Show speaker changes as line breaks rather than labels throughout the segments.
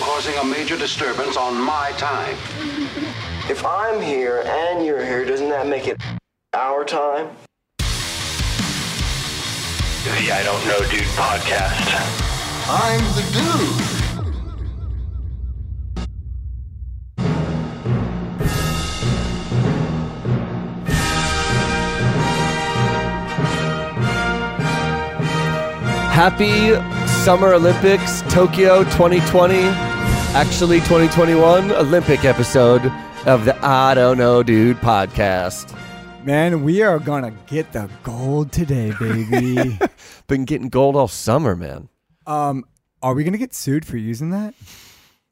causing a major disturbance on my time.
If I'm here and you're here, doesn't that make it our time?
The I Don't Know Dude podcast.
I'm the dude.
Happy Summer Olympics Tokyo 2020, actually 2021 Olympic episode of the I Don't Know Dude podcast.
Man, we are gonna get the gold today, baby.
Been getting gold all summer, man.
um, are we gonna get sued for using that?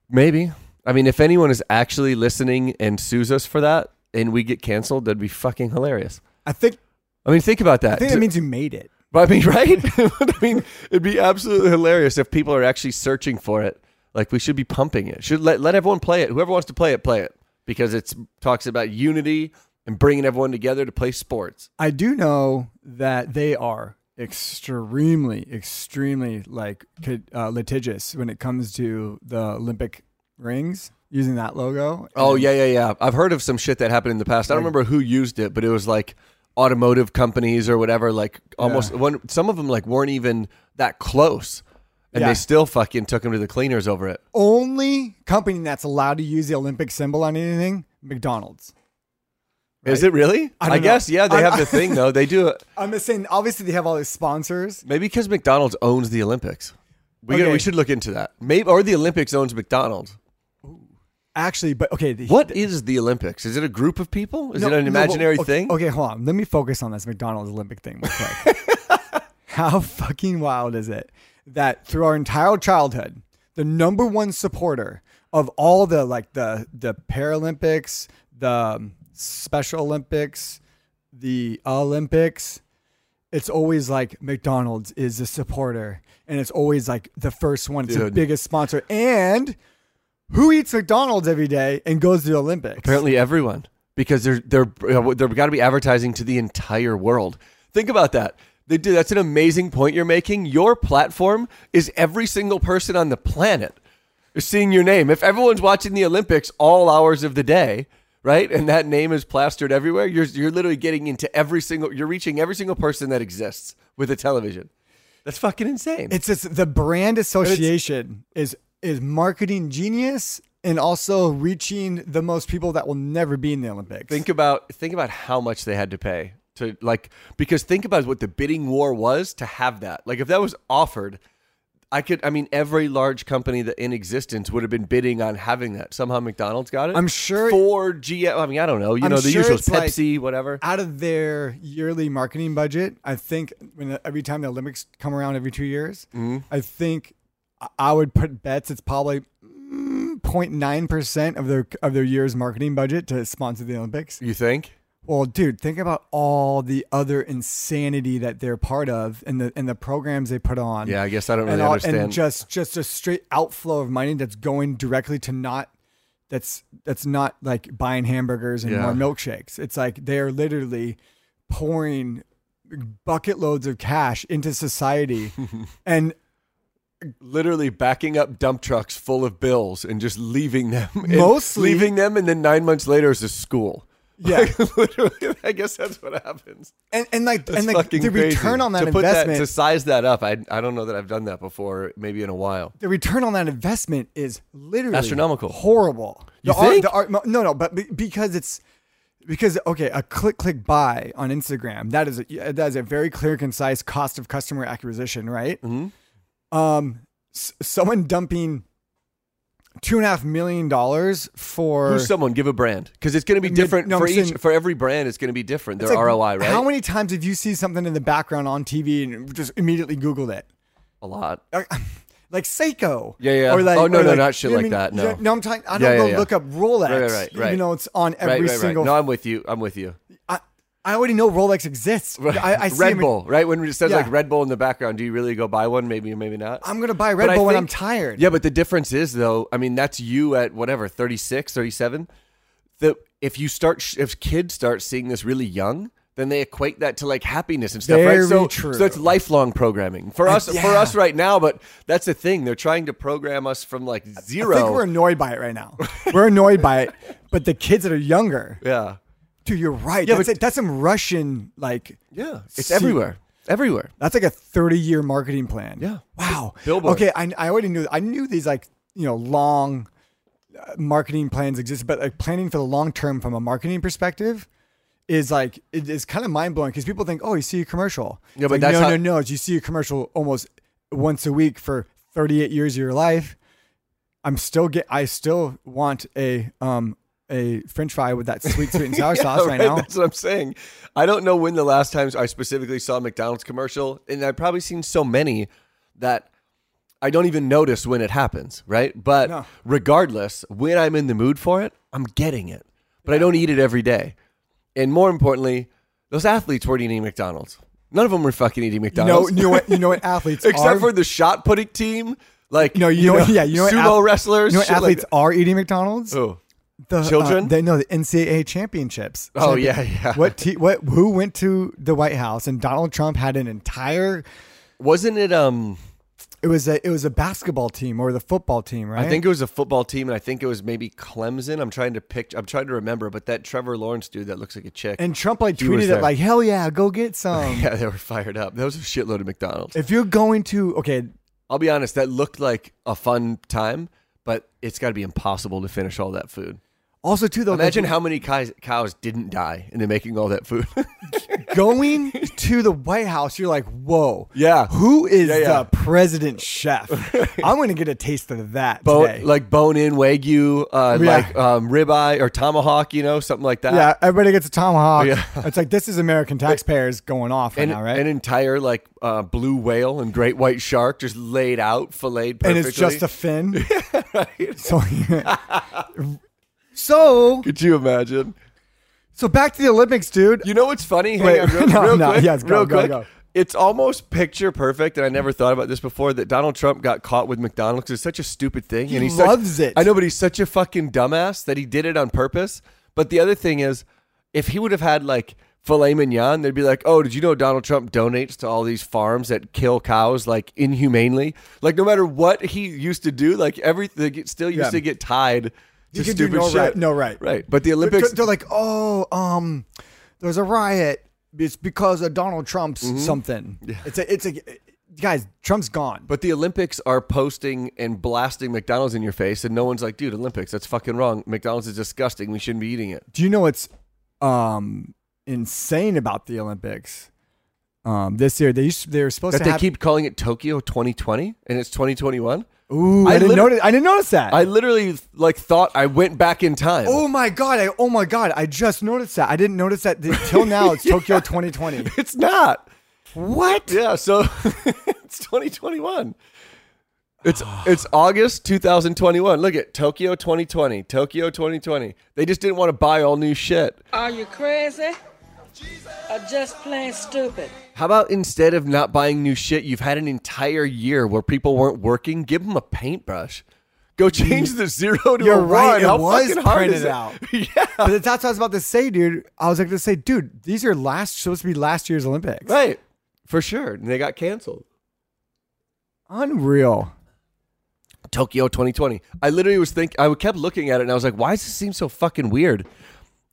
Maybe. I mean, if anyone is actually listening and sues us for that and we get canceled, that'd be fucking hilarious.
I think
I mean, think about
I
that.
think that means you made it.
I mean, right? I mean, it'd be absolutely hilarious if people are actually searching for it. Like we should be pumping it. Should let let everyone play it. Whoever wants to play it, play it because it's talks about unity and bringing everyone together to play sports.
I do know that they are extremely, extremely like could- uh, litigious when it comes to the Olympic rings using that logo.
Oh yeah, yeah, yeah. I've heard of some shit that happened in the past. I don't remember who used it, but it was like automotive companies or whatever. Like almost one. Some of them like weren't even that close, and
Yeah.
they still fucking took them to the cleaners over it.
Only company that's allowed to use the Olympic symbol on anything, McDonald's.
Is it really? I,
don't know.
guess yeah. They
I-
have the thing though. They do it.
I'm just saying. Obviously, they have all these sponsors.
Maybe because McDonald's owns the Olympics. We gotta-
Okay.
we should look into that. Maybe or the Olympics owns McDonald's.
Actually, but okay. the-
What is the Olympics? Is it a group of people? Is
No,
it an
no, but-
imaginary
okay,
thing?
Okay, hold on. Let me focus on this McDonald's Olympic thing real quick. How fucking wild is it that through our entire childhood, the number one supporter of all the like the the Paralympics, the um, Special Olympics, the Olympics, it's always like McDonald's is the supporter, and it's always like the first one, it's the
Dude.
biggest sponsor, and. Who eats McDonald's every day and goes to the Olympics?
Apparently everyone, because they're they're they're got to be advertising to the entire world. Think about that. They do. That's an amazing point you're making. Your platform is every single person on the planet is seeing your name. If everyone's watching the Olympics all hours of the day, right, and that name is plastered everywhere, you're you're literally getting into every single. You're reaching every single person that exists with a television. That's fucking insane.
It's just the brand association is is marketing genius and also reaching the most people that will never be in the Olympics.
think about think about how much they had to pay to like because think about what the bidding war was to have that like if that was offered i could i mean every large company that in existence would have been bidding on having that somehow mcdonald's got it
I'm sure-
for gm i mean i don't know you
I'm
know the
sure
usual
it's like-
pepsi whatever
out of their yearly marketing budget, I think when the- every time the Olympics come around every two years, I think I- I would put bets it's probably 0.9 percent of their of their year's marketing budget to sponsor the Olympics.
you think
Well, dude, think about all the other insanity that they're part of and the and the programs they put on.
Yeah, I guess I don't
and
really
And
understand.
just just a straight outflow of money that's going directly to not that's that's not like buying hamburgers and
Yeah.
more milkshakes. It's like they're literally pouring bucket loads of cash into society and
literally backing up dump trucks full of bills and just leaving them and
Mostly-
leaving them and then nine months later is a school
yeah
literally i guess that's what happens
and, and like
That's
and like the
fucking crazy.
return on
to
that
put
investment
That, to size that up, I I don't know that I've done that before. Maybe in a while.
the return on that investment is literally
Astronomical.
horrible.
You
the art-
think?
the art- no, no, but be- because it's because okay, a click click buy on Instagram that is a, that is a very clear, concise cost of customer acquisition, right?
Mm-hmm.
Um, s- someone dumping two and a half million dollars for
Who's someone? Give a brand because it's going to be
Mid-
different
no,
for
I'm
each.
saying-
for every brand, it's going to be different. Their
It's like,
ROI, right?
How many times have you seen something in the background on TV and just immediately Googled it?
a lot.
like, like Seiko.
Yeah, yeah.
Or like,
Oh, no,
or
no,
like,
not shit
you know
like
what I
that,
mean?
no.
You know- no, I'm talking. I
Yeah,
don't
yeah,
go
yeah.
look up Rolex.
Right, right, right,
You know,
right.
it's on
Right,
every
right,
single.
right. No, I'm with you. I'm with you.
I, I already know Rolex exists. I, I see
Red
them in-
Bull, right? When it says like
Yeah.
Red Bull in the background, do you really go buy one? Maybe, maybe not.
I'm gonna buy
But
Red
I
Bull when
think-
I'm tired.
Yeah, but the difference is though, I mean, that's you at whatever, 36, 37. The if you start sh- if kids start seeing this really young, then they equate that to like happiness and stuff,
Very
right? So,
true. Uh,
so it's lifelong programming for us for
yeah.
us right now. But that's the thing; they're trying to program us from like
I
zero.
think we're annoyed by it right now. We're annoyed by it, but the kids that are younger,
yeah,
dude, you're right.
Yeah,
that's,
but-
it. that's some Russian like
yeah, it's
See-
everywhere, everywhere.
That's like a 30 year marketing plan.
Yeah.
Wow.
Billboard.
Okay. I, I already knew, I knew these like, you know, long uh, marketing plans exist, but like planning for the long term from a marketing perspective is like, it is kind of mind blowing because people think, oh, you see a commercial.
Yeah,
It's
but
like,
that's
no,
how-
no, no. You see a commercial almost once a week for 38 years of your life. I'm still get, I still want a, um, a french fry with that sweet, sweet and sour sauce right,
Right?
now.
That's what I'm saying. I don't know when the last times I specifically saw a McDonald's commercial, and I've probably seen so many that I don't even notice when it happens, right? But
No.
regardless, when I'm in the mood for it, I'm getting it. But I don't eat it every day. And more importantly, those athletes weren't eating McDonald's. None of them were fucking eating
No,
McDonald's.
you know what, you know what athletes
except
are?
for the shot putting team. Like
No, you, know, what- yeah, you know what
sumo
ath-
wrestlers,
You know what
shit like
athletes
that.
are eating McDonald's?
Oh,
the uh,
children?
they know the NCAA championships.
Oh,
Champion-
yeah, yeah.
What te- what who went to the White House and Donald Trump had an entire
wasn't it? Um,
it was a it was a basketball team or the football team, right?
I think it was a football team, and I think it was maybe Clemson. I'm trying to pick. I'm trying to remember, but that Trevor Lawrence dude that looks like a chick.
and Trump like
He was
tweeted
there.
it like, "Hell yeah, go get some."
yeah, they were fired up. That was a shitload of McDonald's.
If you're going to okay,
I'll be honest, that looked like a fun time, but it's got to be impossible to finish all that food.
also too though, like,
Imagine how many cows, cows didn't die in the making all that food.
going to the White House, you're like, "Whoa,
Yeah.
who is
Yeah, yeah.
the president chef?" I'm going to get a taste of that today.
bone, like bone in wagyu, uh,
Yeah.
like um, ribeye or tomahawk, you know, something like that.
yeah, everybody gets a tomahawk.
Uh, Yeah.
It's like this is American taxpayers going off right
An,
now, right?
an entire like uh, blue whale and great white shark just laid out, filleted perfectly.
and it's just a fin. So, so,
Could you imagine?
so back to the Olympics, dude.
You know what's funny? Hang
Wait,
on, real,
no,
real
no,
quick.
yes, go,
real
go,
quick.
go.
It's almost picture perfect, and I never thought about this before. That Donald Trump got caught with McDonald's 'cause it's such a stupid thing, and
He
he's such-
loves it.
I know, but he's such a fucking dumbass that he did it on purpose. But the other thing is, if he would have had like filet mignon, they'd be like, "Oh, did you know Donald Trump donates to all these farms that kill cows like inhumanely? Like no matter what he used to do, like everything it still used
Yeah.
to get tied."
You
To
can do
stupid
no
shit.
right- no right.
Right. But the
They're-
Olympics
They're like, oh, um, there's a riot. It's because of Donald Trump's
Mm-hmm.
something. It's a, it's a, guys, Trump's gone.
But the Olympics are posting and blasting McDonald's in your face, and no one's like, dude, Olympics, that's fucking wrong. McDonald's is disgusting. We shouldn't be eating it.
do you know what's um insane about the Olympics? Um, this year they used to- they were supposed
That
to
they
have-
keep calling it Tokyo 2020, and it's 2021.
Ooh, I,
I
didn't
lit-
notice. I didn't notice that.
I literally like thought I went back in time.
Oh my god! I, oh my god! I just noticed that. I didn't notice that until now. It's Tokyo 2020.
it's not.
What?
Yeah, so it's 2021. It's it's August 2021. Look at Tokyo 2020, Tokyo 2020. They just didn't want to buy all new shit.
Are you crazy? Or just plain stupid?
How about instead of not buying new shit, you've had an entire year where people weren't working? Give them a paintbrush. Go change the zero to
You're
a one.
right, it
How
was
fucking hard is
printed
it?
out.
yeah.
But that's what I was about to say, dude. I was like to say, dude, these are last supposed to be last year's Olympics.
Right. For sure. And they got canceled.
Unreal.
Tokyo 2020. I literally was thinking, I kept looking at it and I was like, why does this seem so fucking weird?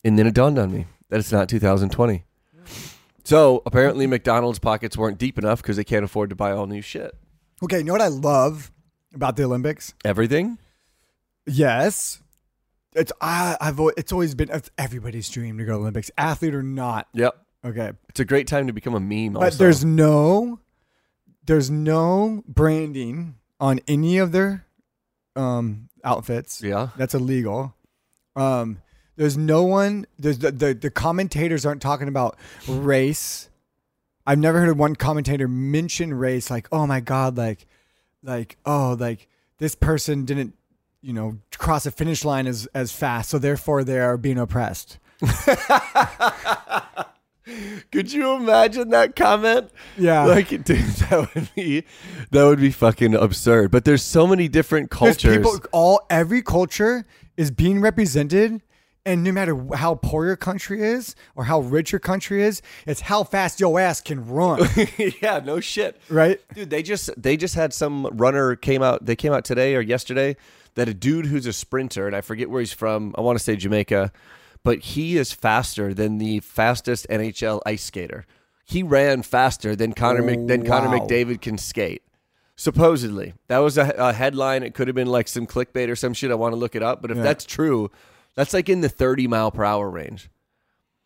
And then it dawned on me that it's not 2020. So apparently McDonald's pockets weren't deep enough because they can't afford to buy all new shit.
Okay, you know what I love about the Olympics?
Everything?
Yes, it's I, I've al- it's always been it's everybody's dream to go to Olympics, athlete or not.
Yep.
Okay,
It's a great time to become a meme.
but
also.
there's no there's no branding on any of their um outfits
Yeah.
that's illegal um there's no one there's the, the the commentators aren't talking about race i've never heard of one commentator mention race like oh my god like like oh like this person didn't you know cross a finish line as as fast so therefore they are being oppressed
Could you imagine that comment?
Yeah.
Like, dude, that would be that would be fucking absurd. But there's so many different
There's
cultures.
people all every culture is being represented And no matter wh- how poor your country is or how rich your country is, it's how fast your ass can run.
yeah, no shit.
Right?
Dude, they just they just had some runner came out they came out today or yesterday that a dude who's a sprinter and I forget where he's from, I want to say Jamaica, but he is faster than the fastest NHL ice skater. He ran faster than Connor Mc, than Connor
Wow.
McDavid can skate. Supposedly. That was a, a headline. It could have been like some clickbait or some shit. I want to look it up, but if that's true, that's like in the 30 mile per hour range.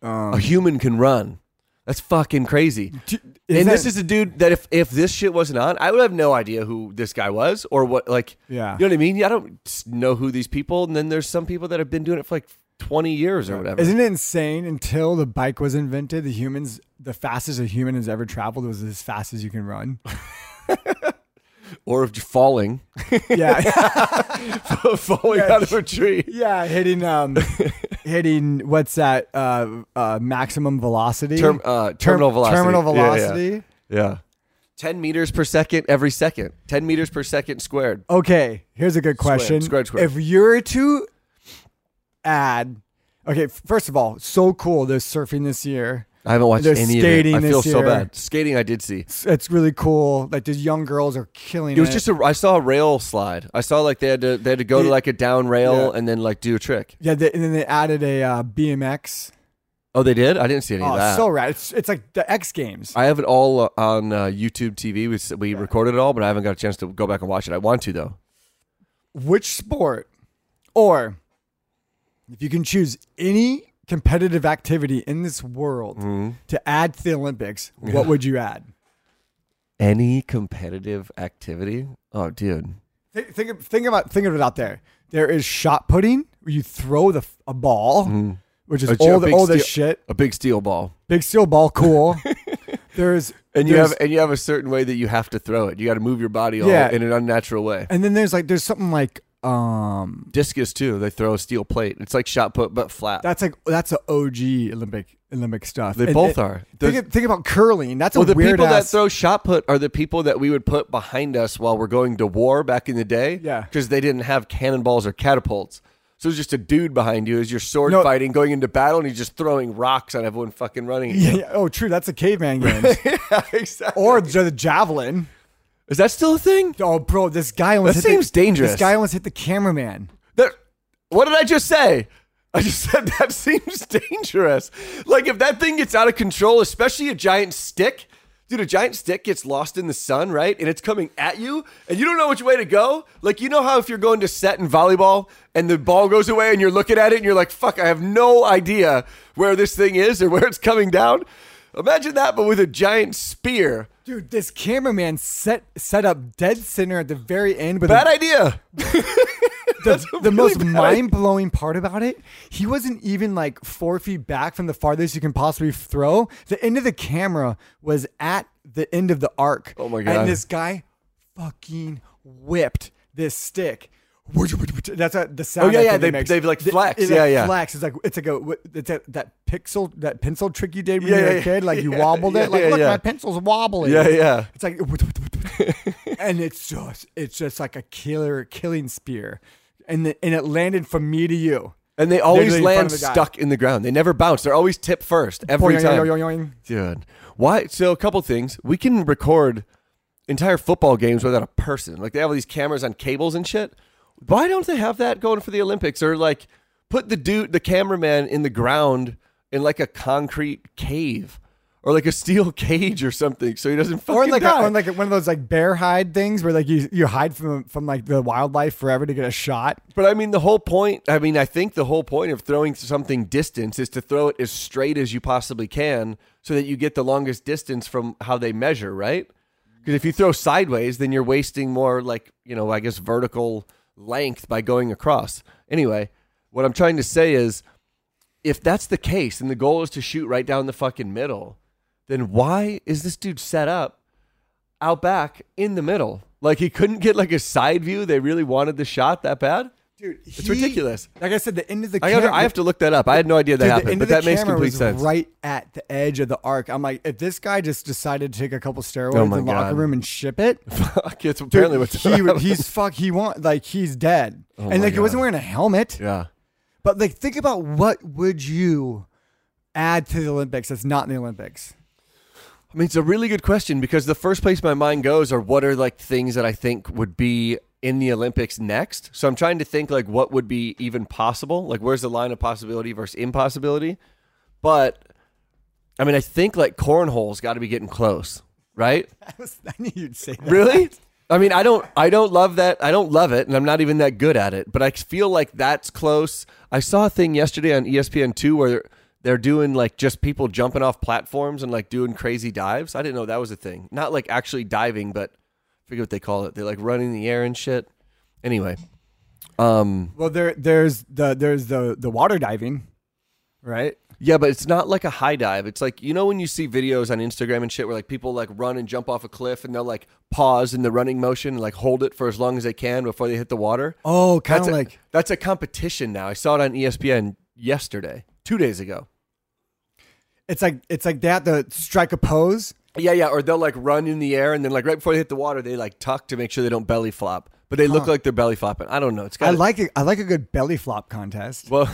Um.
a human can run. That's fucking crazy.
is
and this
that-
is a dude that if if this shit wasn't on, I would have no idea who this guy was or what like
Yeah.
You know what I mean? I don't s- know who these people and then there's some people that have been doing it for like 20 years or whatever.
Isn't it insane? Until the bike was invented, the humans, the fastest a human has ever traveled was as fast as you can run.
or if you're falling
Yeah,
falling out of a tree.
yeah, hitting um, hitting what's that? Uh, uh, maximum velocity.
Term- uh, terminal velocity.
Terminal
Yeah, yeah.
velocity.
Yeah. 10 meters per second every second. 10 meters per second squared.
Okay, here's a good question.
squared, squared.
If you're to add, okay, f- first of all, so cool. There's surfing this year.
I haven't watched
They're
any
skating
of it. I feel
this
so
year.
bad. Skating I did see.
It's, it's really cool. Like the young girls are killing it.
It was just a. I saw a rail slide. I saw like they had to they had to go to
Yeah.
like a down rail
Yeah.
and then like do a trick.
yeah, they, and then they added a uh, BMX.
Oh, they did. I didn't see any
Oh,
of that.
so rad! It's it's like the X Games.
I have it all uh, on uh, YouTube TV. We s- we recorded it all, but I haven't got a chance to go back and watch it. I want to though.
Which sport, or if you can choose any competitive activity in this world
Mm-hmm.
to add to the Olympics, what would you add?
Any competitive activity? Oh, dude.
Think, think, think about think of it out there. There is shot putting, where you throw the f- a ball, which is
A j- Mm-hmm. Oh, a
all the
big
all this
steel-
shit.
A big steel ball,
Big steel ball, cool. there's
and you
there's-
have and you have a certain way that you have to throw it. You got to move your body all
Yeah.
in an unnatural way.
and then there's like there's something like um
Discus too. They throw a steel plate. It's like shot put but flat.
that's like that's a OG Olympic Olympic stuff.
They
And-
both
and
are.
Think,
There's-
of- think about curling. That's
well,
a
the
weird
people
ass.
that throw shot put are the people that we would put behind us while we're going to war back in the day.
Yeah.
Because they didn't have cannonballs or catapults. So it's just a dude behind you as you're sword
No.
fighting, going into battle, and he's just throwing rocks on everyone fucking running. at
yeah,
you.
yeah. Oh, true. That's a caveman game.
yeah, exactly.
or the, the javelin.
Is that still a thing?
Oh, bro, this guy almost
That
hit
seems
the,
dangerous.
This guy almost hit the cameraman.
There- what did I just say? I just said that seems dangerous. Like if that thing gets out of control, especially a giant stick, dude, a giant stick gets lost in the sun, right? And it's coming at you, and you don't know which way to go. Like you know how if you're going to set in volleyball and the ball goes away and you're looking at it and you're like, "Fuck, I have no idea where this thing is or where it's coming down." Imagine that, but with a giant spear.
Dude, this cameraman set set up dead center at the very end with
Bad
a-
idea.
the, the
really
most
bad idea.
mind blowing part about it. He wasn't even like four feet back from the farthest you can possibly throw. The end of the camera was at the end of the arc.
Oh my God.
And this guy fucking whipped this stick. That's what the sound.
Oh, yeah,
that
yeah,
thing
they-
makes.
they've, like,
The-
flex.
it,
Yeah,
like,
yeah.
Flex. It's like it's like a it's that, that pixel that pencil trick you did when
Yeah,
you were
yeah,
a kid. Like you
yeah,
wobbled
yeah,
it. Like
yeah,
look,
yeah.
my pencil's wobbling.
Yeah, yeah.
It's like, and it's just, it's just like a killer killing spear, and the, and it landed from me to you.
And they always
Literally in front
land
of the guy.
stuck in the ground. They never bounce. They're always tip first every
Boing,
time.
yoing, yoing, yoing.
Dude, why? So a couple things. We can record entire football games without a person. Like they have all these cameras on cables and shit. Why don't they have that going for the Olympics? Or like put the dude, the cameraman, in the ground in like a concrete cave or like a steel cage or something, so he doesn't fucking
Or like, a,
die.
or like one of those like bear hide things where like you you hide from from like the wildlife forever to get a shot.
But I mean, the whole point, I mean, I think the whole point of throwing something distance is to throw it as straight as you possibly can so that you get the longest distance from how they measure, right? Because if you throw sideways, then you're wasting more, like, you know, I guess vertical length by going across. Anyway, what I'm trying to say is if that's the case and the goal is to shoot right down the fucking middle, then why is this dude set up out back in the middle? Like he couldn't get like a side view. They really wanted the shot that bad.
Dude,
It's ridiculous.
Like I said, the end of the
I, gotta, I have to look that up. I had no idea that
Dude, the
happened,
end
but
of the
that makes
camera
complete
was
sense.
Right at the edge of the arc, I'm like, if this guy just decided to take a couple steroids
Oh
in
my
the locker
God.
room and ship it,
Fuck, it's
Dude,
apparently what's
he, he's fuck. He want like he's dead, and
Oh my
like he
God.
wasn't wearing a helmet.
yeah.
But like, think about what would you add to the Olympics that's not in the Olympics?
I mean, it's a really good question because the first place my mind goes are what are like things that I think would be in the Olympics next. So I'm trying to think like what would be even possible. Like where's the line of possibility versus impossibility? But I mean, I think like cornhole's got to be getting close, right?
I, was, I knew you'd say that.
Really? I mean, I don't, I don't love that. I don't love it, and I'm not even that good at it. But I feel like that's close. I saw a thing yesterday on E ESPN two where they're, they're doing like just people jumping off platforms and like doing crazy dives. I didn't know that was a thing. Not like actually diving, but I forget what they call it. They're like running in the air and shit. Anyway, um,
Well, there, there's the there's the the water diving, right?
yeah, but it's not like a high dive. It's like you know when you see videos on Instagram and shit where like people like run and jump off a cliff and they'll like pause in the running motion and like hold it for as long as they can before they hit the water.
Oh, kind
that's
of
a-
like
that's a competition now. I saw it on E ESPN yesterday, two days ago.
it's like it's like they have to strike a pose.
Yeah, yeah. Or they'll like run in the air and then like right before they hit the water, they like tuck to make sure they don't belly flop. But they look like they're belly flopping. I don't know. It's got
I like it. I like a good belly flop contest.
well,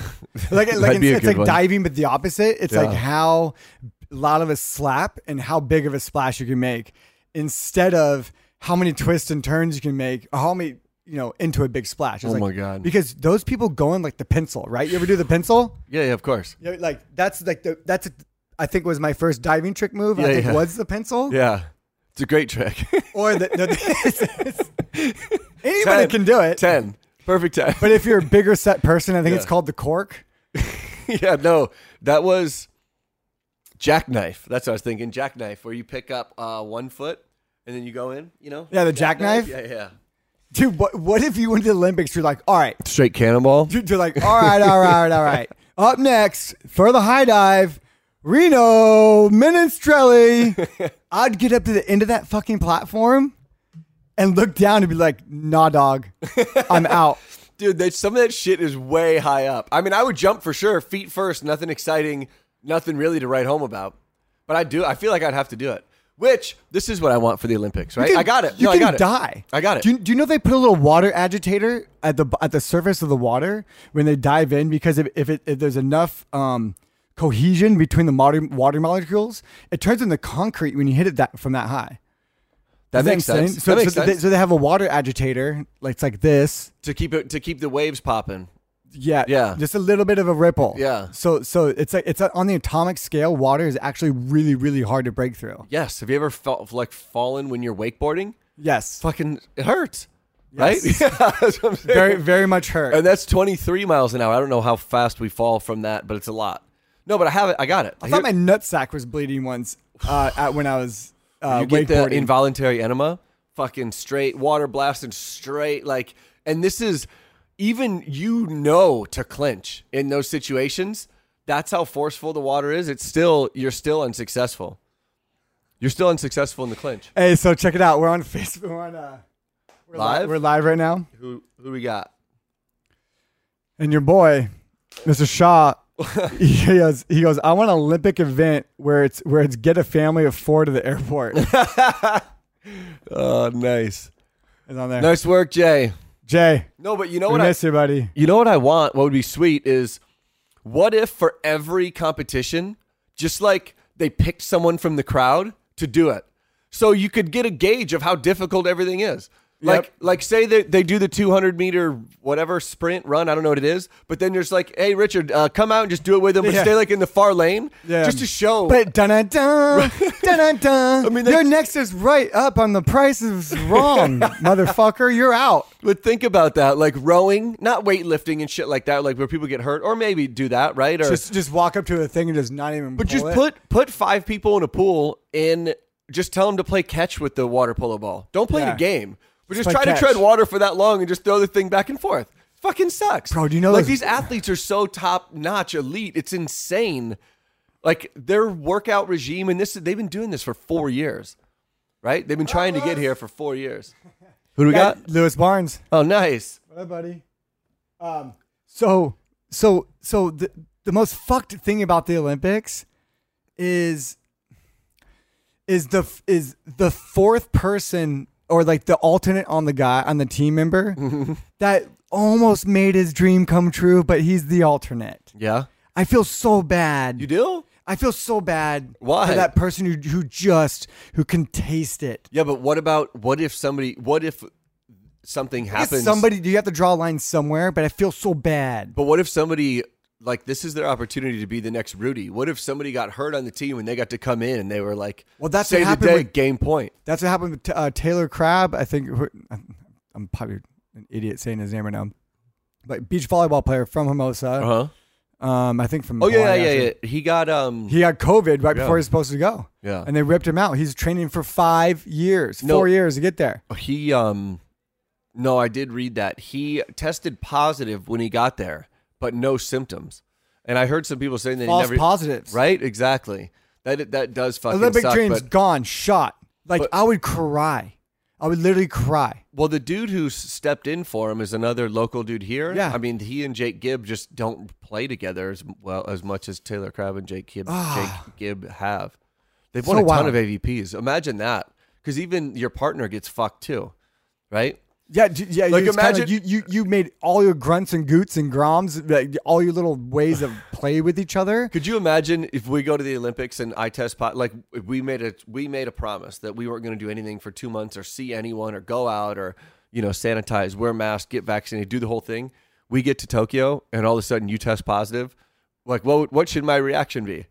like
that'd
like it's,
be a
it's
good
like
one.
diving, but the opposite. It's like
Yeah.
how loud of a slap and how big of a splash you can make, instead of how many twists and turns you can make, or how many you know into a big splash. It's
Oh
like-
my God.
Because those people go in like the pencil, right? You ever do the pencil?
Yeah, yeah, of course.
You know, like that's like the that's I think was my first diving trick move. I
Yeah,
think
yeah.
was the pencil.
Yeah, it's a great trick.
Or the, the, it's- it's- anybody
Ten.
can do it.
Ten, perfect ten.
But if you're a bigger set person, I think it's called the cork.
yeah, no, that was jackknife. That's what I was thinking. Jackknife, where you pick up uh, one foot and then you go in. You know.
Yeah, the jackknife.
Yeah, yeah.
Dude, what, what if you went to the Olympics? You're like, all right.
Straight cannonball.
You're you're like, all right, all right, all right. Up next for the high dive, Reno Menestrelli. I'd get up to the end of that fucking platform and look down and be like, nah, dog, I'm out.
Dude, that, some of that shit is way high up. I mean, I would jump for sure, feet first, nothing exciting, nothing really to write home about. But I do, I feel like I'd have to do it. Which this is what I want for the Olympics, right?
You
I
can-
got it.
You
no,
can
I got
die.
it. I got it.
Do you, do you know they put a little water agitator at the at the surface of the water when they dive in because if if, it, if there's enough um, cohesion between the water water molecules, it turns into concrete when you hit it that from that high.
that
Does
makes
make
sense.
So,
that makes
so, They,
sense.
so they have a water agitator, like it's like this.
to keep it to keep the waves popping.
Yeah,
Yeah.
Just a little bit of a ripple.
Yeah.
So so it's like it's on the atomic scale. Water is actually really really hard to break through.
Yes. Have you ever felt like fallen when you're wakeboarding?
Yes.
Fucking it hurts. Right?
Yes.
Yeah, that's what I'm saying.
Very very much hurt.
and that's 23 miles an hour. I don't know how fast we fall from that, but it's a lot. No, but I have it. I got it.
I thought my nutsack was bleeding once uh, at, when I was uh,
you get the
wakeboarding.
involuntary enema, fucking straight water blasting straight like and this is even you know to clinch in those situations. That's how forceful the water is. It's still you're still unsuccessful. You're still unsuccessful in the clinch.
hey, so check it out. We're on Facebook. We're on. Uh, we're li-
Live?
we're live right now.
Who who we got?
And your boy, Mr. Shaw, he goes. He goes. I want an Olympic event where it's where it's get a family of four to the airport. It's
Oh, nice.
on there.
Nice work, Jay.
Jay,
No, but you know
we
what I
miss you, buddy.
You know what I want? What would be sweet is what if for every competition, just like they picked someone from the crowd to do it. So you could get a gauge of how difficult everything is. Like
Yep.
like say they, they do the 200 meter whatever sprint run, I don't know what it is, but then there's like, "Hey Richard, uh, come out and just do it with them, but
Yeah.
stay like in the far lane."
Yeah.
Just to show
But dun dun dun dun dun. I
mean,
mean,
they-
your next is right up on the Price is Wrong, motherfucker. You're out.
But think about that, like rowing, not weightlifting and shit like that, like where people get hurt, or maybe do that, right? Or
Just just walk up to a thing and just not even.
But just
pull it.
put put five people in a pool and just tell them to play catch with the water polo ball. Don't play the
Yeah.
game. But just
play
try to
catch.
tread water for that long and just throw the thing back and forth. Fucking sucks,
Bro, do you know
like
those-
these athletes are so top notch, elite. It's insane. Like their workout regime and this they've been doing this for four years, right? They've been trying to get here for four years. Who do we got?
Lewis Barnes.
Oh, nice.
Hi, buddy. Um, so, so, so the the most fucked thing about the Olympics is is the is the fourth person or like the alternate on the guy on the team member that almost made his dream come true, but he's the alternate.
Yeah.
I feel so bad.
You do?
I feel so bad
Why?
for that person who who just who can taste it.
Yeah, but what about what if somebody? What if something
I guess
happens?
Somebody, you have to draw a line somewhere, but I feel so bad.
But what if somebody like this is their opportunity to be the next Rudy? What if somebody got hurt on the team and they got to come in and they were like,
Well, that's what
save the
happened
day,
with-
game point."
That's what happened with uh, Taylor Crab. I think who- I'm- I'm probably an idiot saying his name right now, but beach volleyball player from Hermosa.
huh.
Um, I think from
Uh-huh. Oh yeah,
Hawaii,
yeah, yeah,
actually.
yeah. He got um.
He got COVID right
Yeah.
before he was supposed to go.
Yeah.
and they ripped him out. He's training for five years,
No.
four years to get there.
he um no i did read that he tested positive when he got there but no symptoms and i heard some people saying that
False
he never
positives.
right exactly that that does fucking
Olympic
suck,
dreams
but-
gone, shot. Like
but-
I would cry. I would literally cry.
well the dude who s- stepped in for him is another local dude here
Yeah.
i mean he and jake gibb just don't play together as well as much as taylor crab and jake gibb jake gibb have they've won
Ah. So
a ton
wild.
of avps imagine that because even your partner gets fucked too right
Yeah, d- yeah.
Like,
Like imagine
imagine-
you, you you made all your grunts and goots and groms, like, all your little ways of play with each other.
Could you imagine if we go to the Olympics and I test pot like if we made a we made a promise that we weren't going to do anything for two months or see anyone or go out or you know sanitize, wear masks, get vaccinated, do the whole thing. We get to Tokyo and all of a sudden you test positive. Like what what should my reaction be?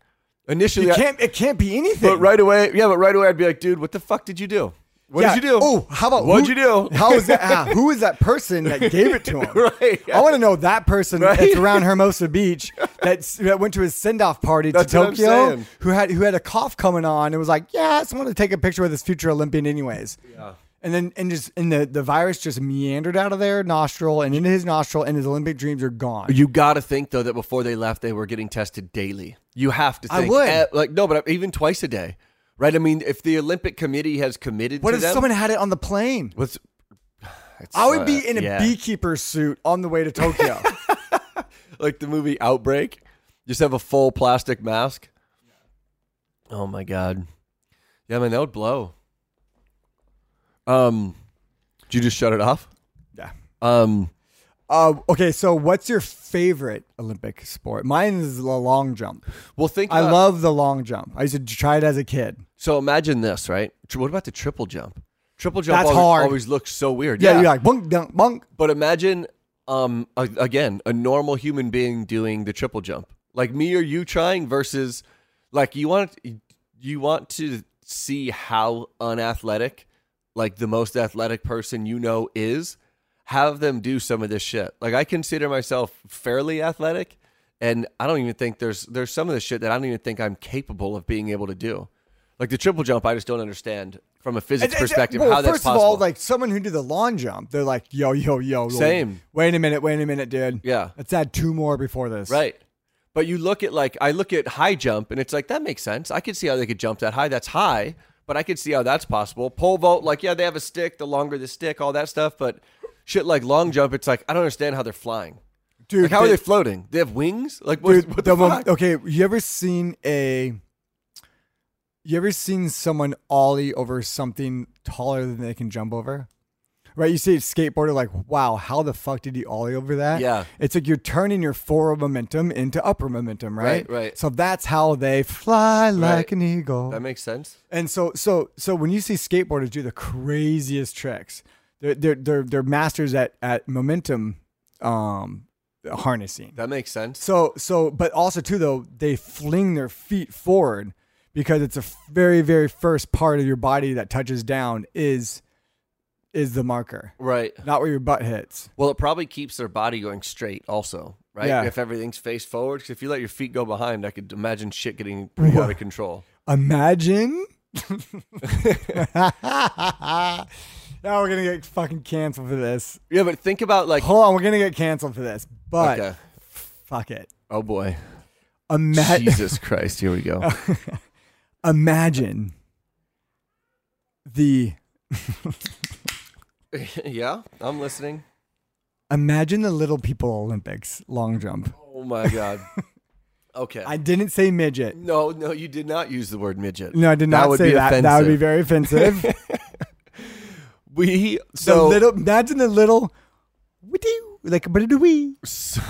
Initially,
You
I-
can't. It can't be anything.
but right away, yeah, but right away I'd be like, dude, what the fuck did you do? What
Yeah.
did you do?
Oh, how about
what'd
who-
you do?
How is that? ah, who is that person that gave it to him?
Right.
I want to know that person
Right.
that's around Hermosa Beach that's, that went to his send off party
That's
to
what I'm
Tokyo,
saying.
who had who had a cough coming on and was like, "Yeah, I just wanted to take a picture with this future Olympian, anyways." Yeah. And then and just and the the virus just meandered out of their nostril and into his nostril, and his Olympic dreams are gone.
You got to think though that before they left, they were getting tested daily. You have to.
I
Think,
would.
eh, like no, but even twice a day, right? I mean, if the Olympic Committee has committed
what
to
if
them,
someone had it on the plane?
what's-
I would be in a
uh, Yeah.
beekeeper suit on the way to Tokyo.
like the movie Outbreak, just have a full plastic mask. Oh my god, yeah, man, that would blow. Um, did you just shut it off?
yeah.
Um,
Uh, okay, so what's your favorite Olympic sport? Mine is the long jump.
well, think.
I
about-
love the long jump. I used to try it as a kid.
So imagine this, right? Tr- What about the triple jump? Triple jump
That's
always,
hard.
always looks so weird.
Yeah, you're like bunk, dunk, bunk.
But imagine, um, a, again, a normal human being doing the triple jump, like me or you trying versus, like you want you want to see how unathletic, like the most athletic person you know is. Have them do some of this shit. Like I consider myself fairly athletic, and I don't even think there's there's some of the shit that I don't even think I'm capable of being able to do. Like the triple jump, I just don't understand from a physics perspective
Well,
how that's
first
possible.
of all, like someone who did the long jump, they're like, yo, yo, yo. yo.
Same.
Wait a minute, wait a minute, dude.
Yeah.
Let's add two more before this.
Right. But you look at like I look at high jump and it's like that makes sense. I could see how they could jump that high. That's high, but I could see how that's possible. Pole vault, like yeah, they have a stick. The longer the stick, all that stuff. But shit, like long jump, it's like I don't understand how they're flying.
Dude,
Like how are
the-
they floating? They have wings. Like what,
Dude,
what
the
the,
mom-
fuck?
okay, you ever seen a. You ever seen someone ollie over something taller than they can jump over? Right? You see a skateboarder like, wow, how the fuck did he ollie over that?
Yeah.
It's like you're turning your forward momentum into upper momentum, right?
Right, right.
So that's how they fly like
Right.
an eagle.
That makes sense.
And so, so, so when you see skateboarders do the craziest tricks, they're they're they're, they're masters at at momentum um, harnessing.
That makes sense.
So, so, but also too though, they fling their feet forward because it's a very very first part of your body that touches down is is the marker,
Right.
not where your butt hits.
Well, it probably keeps their body going straight also, right?
Yeah.
If everything's face forward, 'Cause if you let your feet go behind, I could imagine shit getting pretty out of control.
Imagine. now we're gonna get fucking canceled for this.
Yeah, but think about like,
Hold on, we're gonna get canceled for this, but
Okay.
fuck it.
oh boy,
Ima-
Jesus Christ, here we go.
imagine the
yeah, I'm listening.
imagine the little people Olympics long jump.
Oh my god. Okay.
I didn't say midget.
no, no, you did not use the word midget.
No, I did not
would
say
be
that. That would be very offensive.
We
the
so
little imagine the little wee-doo, like but do we,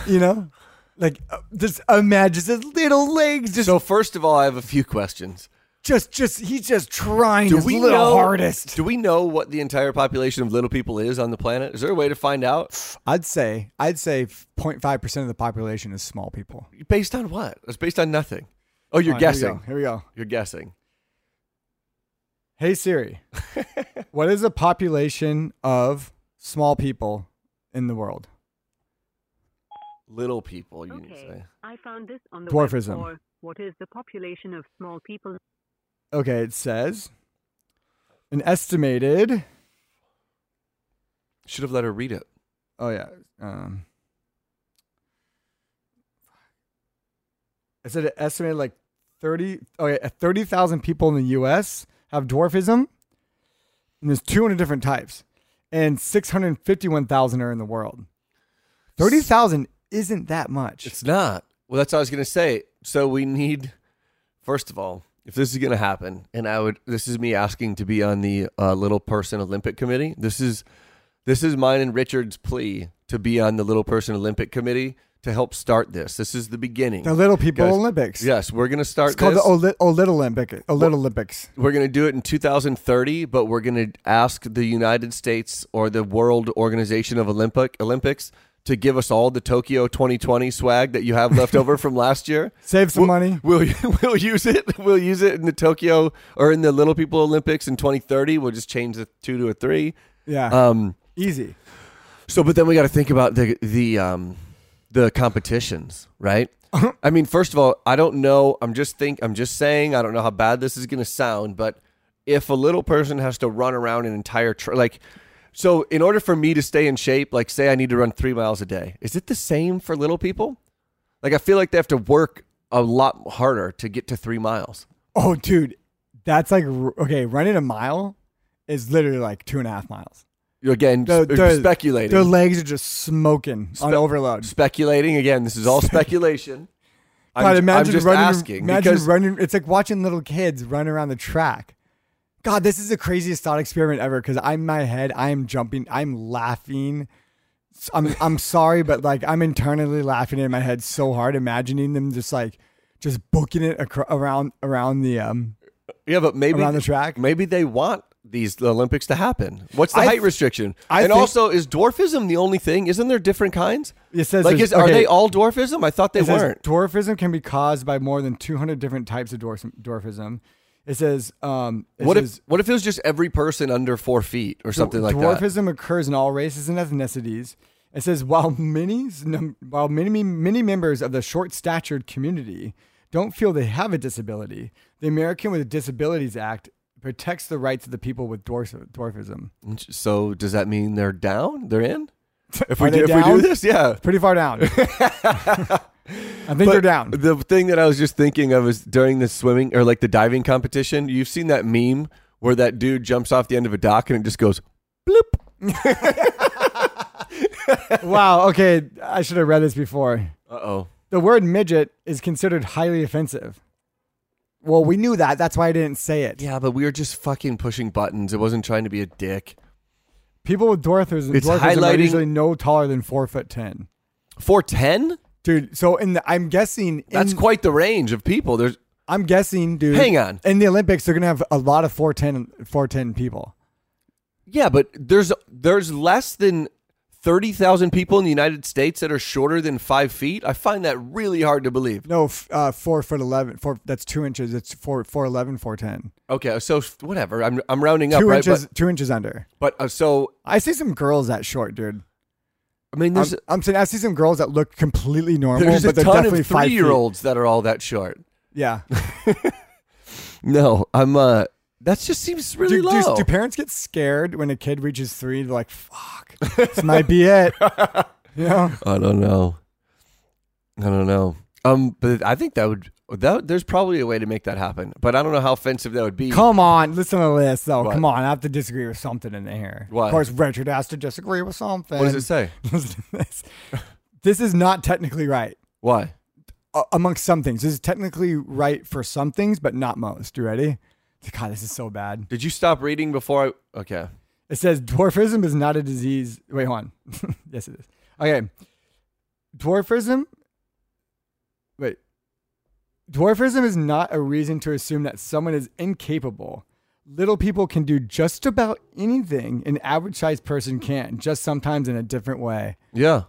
you know, like uh, just imagine his little legs just
So first of all, I have a few questions.
just just he's just trying
Do
his
we
little
know
hardest.
Do we know what the entire population of little people is on the planet? Is there a way to find out?
I'd say I'd say 0.5 percent of the population is small people.
Based on what? It's based on nothing. Oh, you're
All right,
guessing.
Here we go. Here we go.
You're guessing.
Hey Siri, what is the population of small people in the world?
Little people, you
Okay.
say.
I found this on the
Dwarfism.
web for what is the population of small people?
Okay, it says an estimated.
Should have let her read it.
Oh yeah. Um, I said it estimated like thirty. Okay, thirty thousand people in the U.S. have dwarfism, and there's two hundred different types, and six hundred fifty-one thousand are in the world. Thirty thousand isn't that much.
It's not. Well, that's what I was gonna say. So we need, first of all, if this is gonna happen, and I would, this is me asking to be on the uh, little person Olympic committee. This is, this is mine and Richard's plea to be on the little person Olympic committee to help start this. This is the beginning.
The Little People
Guys,
Olympics.
Yes, we're gonna start.
It's called
this.
the Oli- Olit Olympic. Olit Olympics.
We're going to do it in 2030, but we're going to ask the United States or the World Organization of Olympic Olympics to give us all the Tokyo 2020 swag that you have left over from last year.
Save some
We'll-
money.
We'll we'll use it. We'll use it in the Tokyo or in the Little People Olympics in 2030. We'll just change the two to a three.
Yeah.
Um.
Easy.
So, but then we got to think about the the um the competitions, right? I mean, first of all, I don't know. I'm just think. I'm just saying. I don't know how bad this is going to sound, but if a little person has to run around an entire tr like. So, in order for me to stay in shape, like say I need to run three miles a day, is it the same for little people? Like, I feel like they have to work a lot harder to get to three miles.
Oh, dude, that's like r- okay. Running a mile is literally like two and a half miles.
You're again
The-
sp-
the-
speculating.
Their legs are just smoking on
Spe-
overload.
speculating again. This is all speculation. I'm,
God,
I'm
imagine
just
running.
asking
imagine
because
running. It's like watching little kids run around the track. God, this is the craziest thought experiment ever. Because I'm my head. I am jumping. I'm laughing. S- I'm I'm sorry, but like I'm internally laughing in my head so hard, imagining them just like just booking it acro- around around the um.
yeah, but maybe
around the track.
Maybe they want these Olympics to happen. What's the
I
height
th-
restriction?
I
and
think-
also, is dwarfism the only thing? Isn't there different kinds?
It says
like,
there's-
is, are
okay.
they all dwarfism? I thought they
It says
weren't.
dwarfism can be caused by more than 200 different types of dwarf- dwarfism. It says, um, it
What
says
if what if it was just every person under four feet or something like that?
dwarfism occurs in all races and ethnicities. It says while many num- while many many members of the short-statured community don't feel they have a disability, the American with Disabilities Act protects the rights of the people with dwarf- dwarfism.
So does that mean they're down? They're in? If
Are
we
they
do, if we do
down?
this, yeah.
Pretty far down. I think
But
they're down.
The thing that I was just thinking of is during the swimming or like the diving competition, you've seen that meme where that dude jumps off the end of a dock and it just goes bloop.
wow. Okay, I should have read this before.
Uh oh.
the word midget is considered highly offensive. Well, we knew that. That's why I didn't say it.
Yeah, but we were just fucking pushing buttons. It wasn't trying to be a dick.
People with dwarfism,
It's
dwarfism are
highlighting-
usually no taller than four foot ten.
410?
Dude, so in the, I'm guessing in,
That's quite the range of people. There's
I'm guessing, dude.
Hang on.
In the Olympics, they're gonna have a lot of 4'10", 4'10 people.
Yeah, but there's there's less than 30,000 people in the United States that are shorter than 5 feet. I find that really hard to believe.
No, f- uh, four foot eleven. Four. That's two inches. It's four four eleven, four ten.
Okay, so f- whatever. I'm I'm rounding up,
Two
right?
inches. two inches under.
But, but uh, so
I see some girls that short, dude.
I mean
I'm,
there's
I'm saying I see some girls that look completely normal,
there's a
but they're
ton
definitely
of
five feet.
three-year-olds that are all that short.
Yeah.
No, I'm uh that just seems really
do, do-
low.
Do, parents get scared when a kid reaches three? They're like, "Fuck, this might be it." You know?
I don't know. I don't know. Um, but I think that would that there's probably a way to make that happen, but I don't know how offensive that would be.
Come on, listen to this though.
What?
Come on, I have to disagree with something in here.
What?
Of course, Richard has to disagree with something.
what does it say?
Listen to this. This is not technically right.
Why?
Uh, amongst some things, this is technically right for some things, but not most. You ready? God, this is so bad.
Did you stop reading before I? Okay.
It says dwarfism is not a disease. Wait, hold on. yes, it is. Okay. Dwarfism. Wait. Dwarfism is not a reason to assume that someone is incapable. Little people can do just about anything an average sized person can, just sometimes in a different way.
Yeah.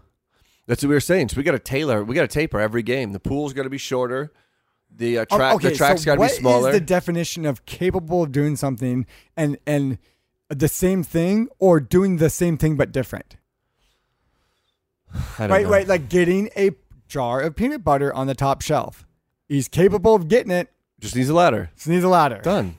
That's what we were saying. So we got to tailor, we got to taper every game. The pool's got to be shorter. The uh,
Oh,
track, the track's got to be smaller.
What is the definition of capable of doing something and and the same thing or doing the same thing but different?
I don't
Right,
know.
right. Like getting a jar of peanut butter on the top shelf. He's capable of getting it.
Just needs a ladder.
Just needs a ladder.
Done.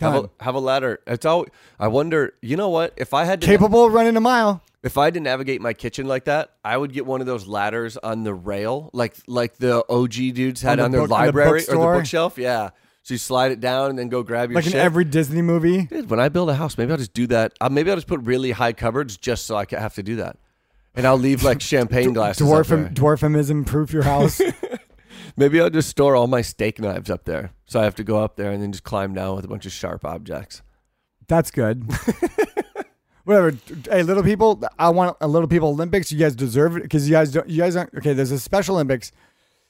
Have
Done.
a have a ladder. It's all. I wonder. You know what? If I had to
Capable of running a mile.
if I had to navigate my kitchen like that, I would get one of those ladders on the rail, like like the OG dudes had
On the
on, their
book- on the
library or
bookstore?
the bookshelf. Yeah. So you slide it down and then go grab your
Like in
shit.
every Disney movie.
Dude, when I build a house, maybe I'll just do that. Uh, maybe I'll just put really high cupboards just so I ca- have to do that. And I'll leave like champagne glasses. up
Dwarfim,
there.
dwarfism proof your house.
Maybe I'll just store all my steak knives up there. So I have to go up there and then just climb down with a bunch of sharp objects.
That's good. Whatever. Hey, little people, I want a little people Olympics. You guys deserve it because you guys don't. You guys aren't okay. There's a Special Olympics.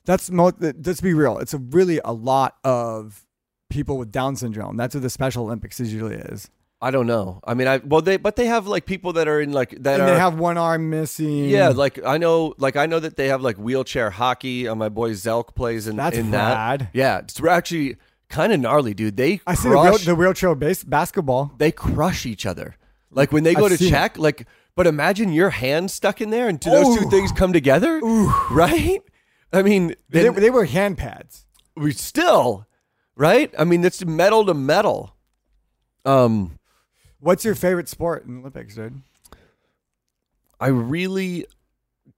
That's mo. Let's be real. It's a really a lot of people with Down syndrome. That's what the Special Olympics is usually is.
I don't know. I mean, I well they but they have like people that are in like that
And
are
they have one arm missing.
yeah like I know like I know that they have like wheelchair hockey. Uh, my boy Zelk plays in
That's
in
rad.
that. Yeah, it's actually kind of gnarly, dude. They
I see the, wheel,
crush
the wheelchair base basketball.
they crush each other. Like when they go
I've
to
seen
check, like but imagine your hand stuck in there and do those two
Ooh.
things come together, right? I mean,
They,
then
they were hand pads.
we still, right? I mean, it's metal to metal. Um,
What's your favorite sport in the Olympics, dude?
I really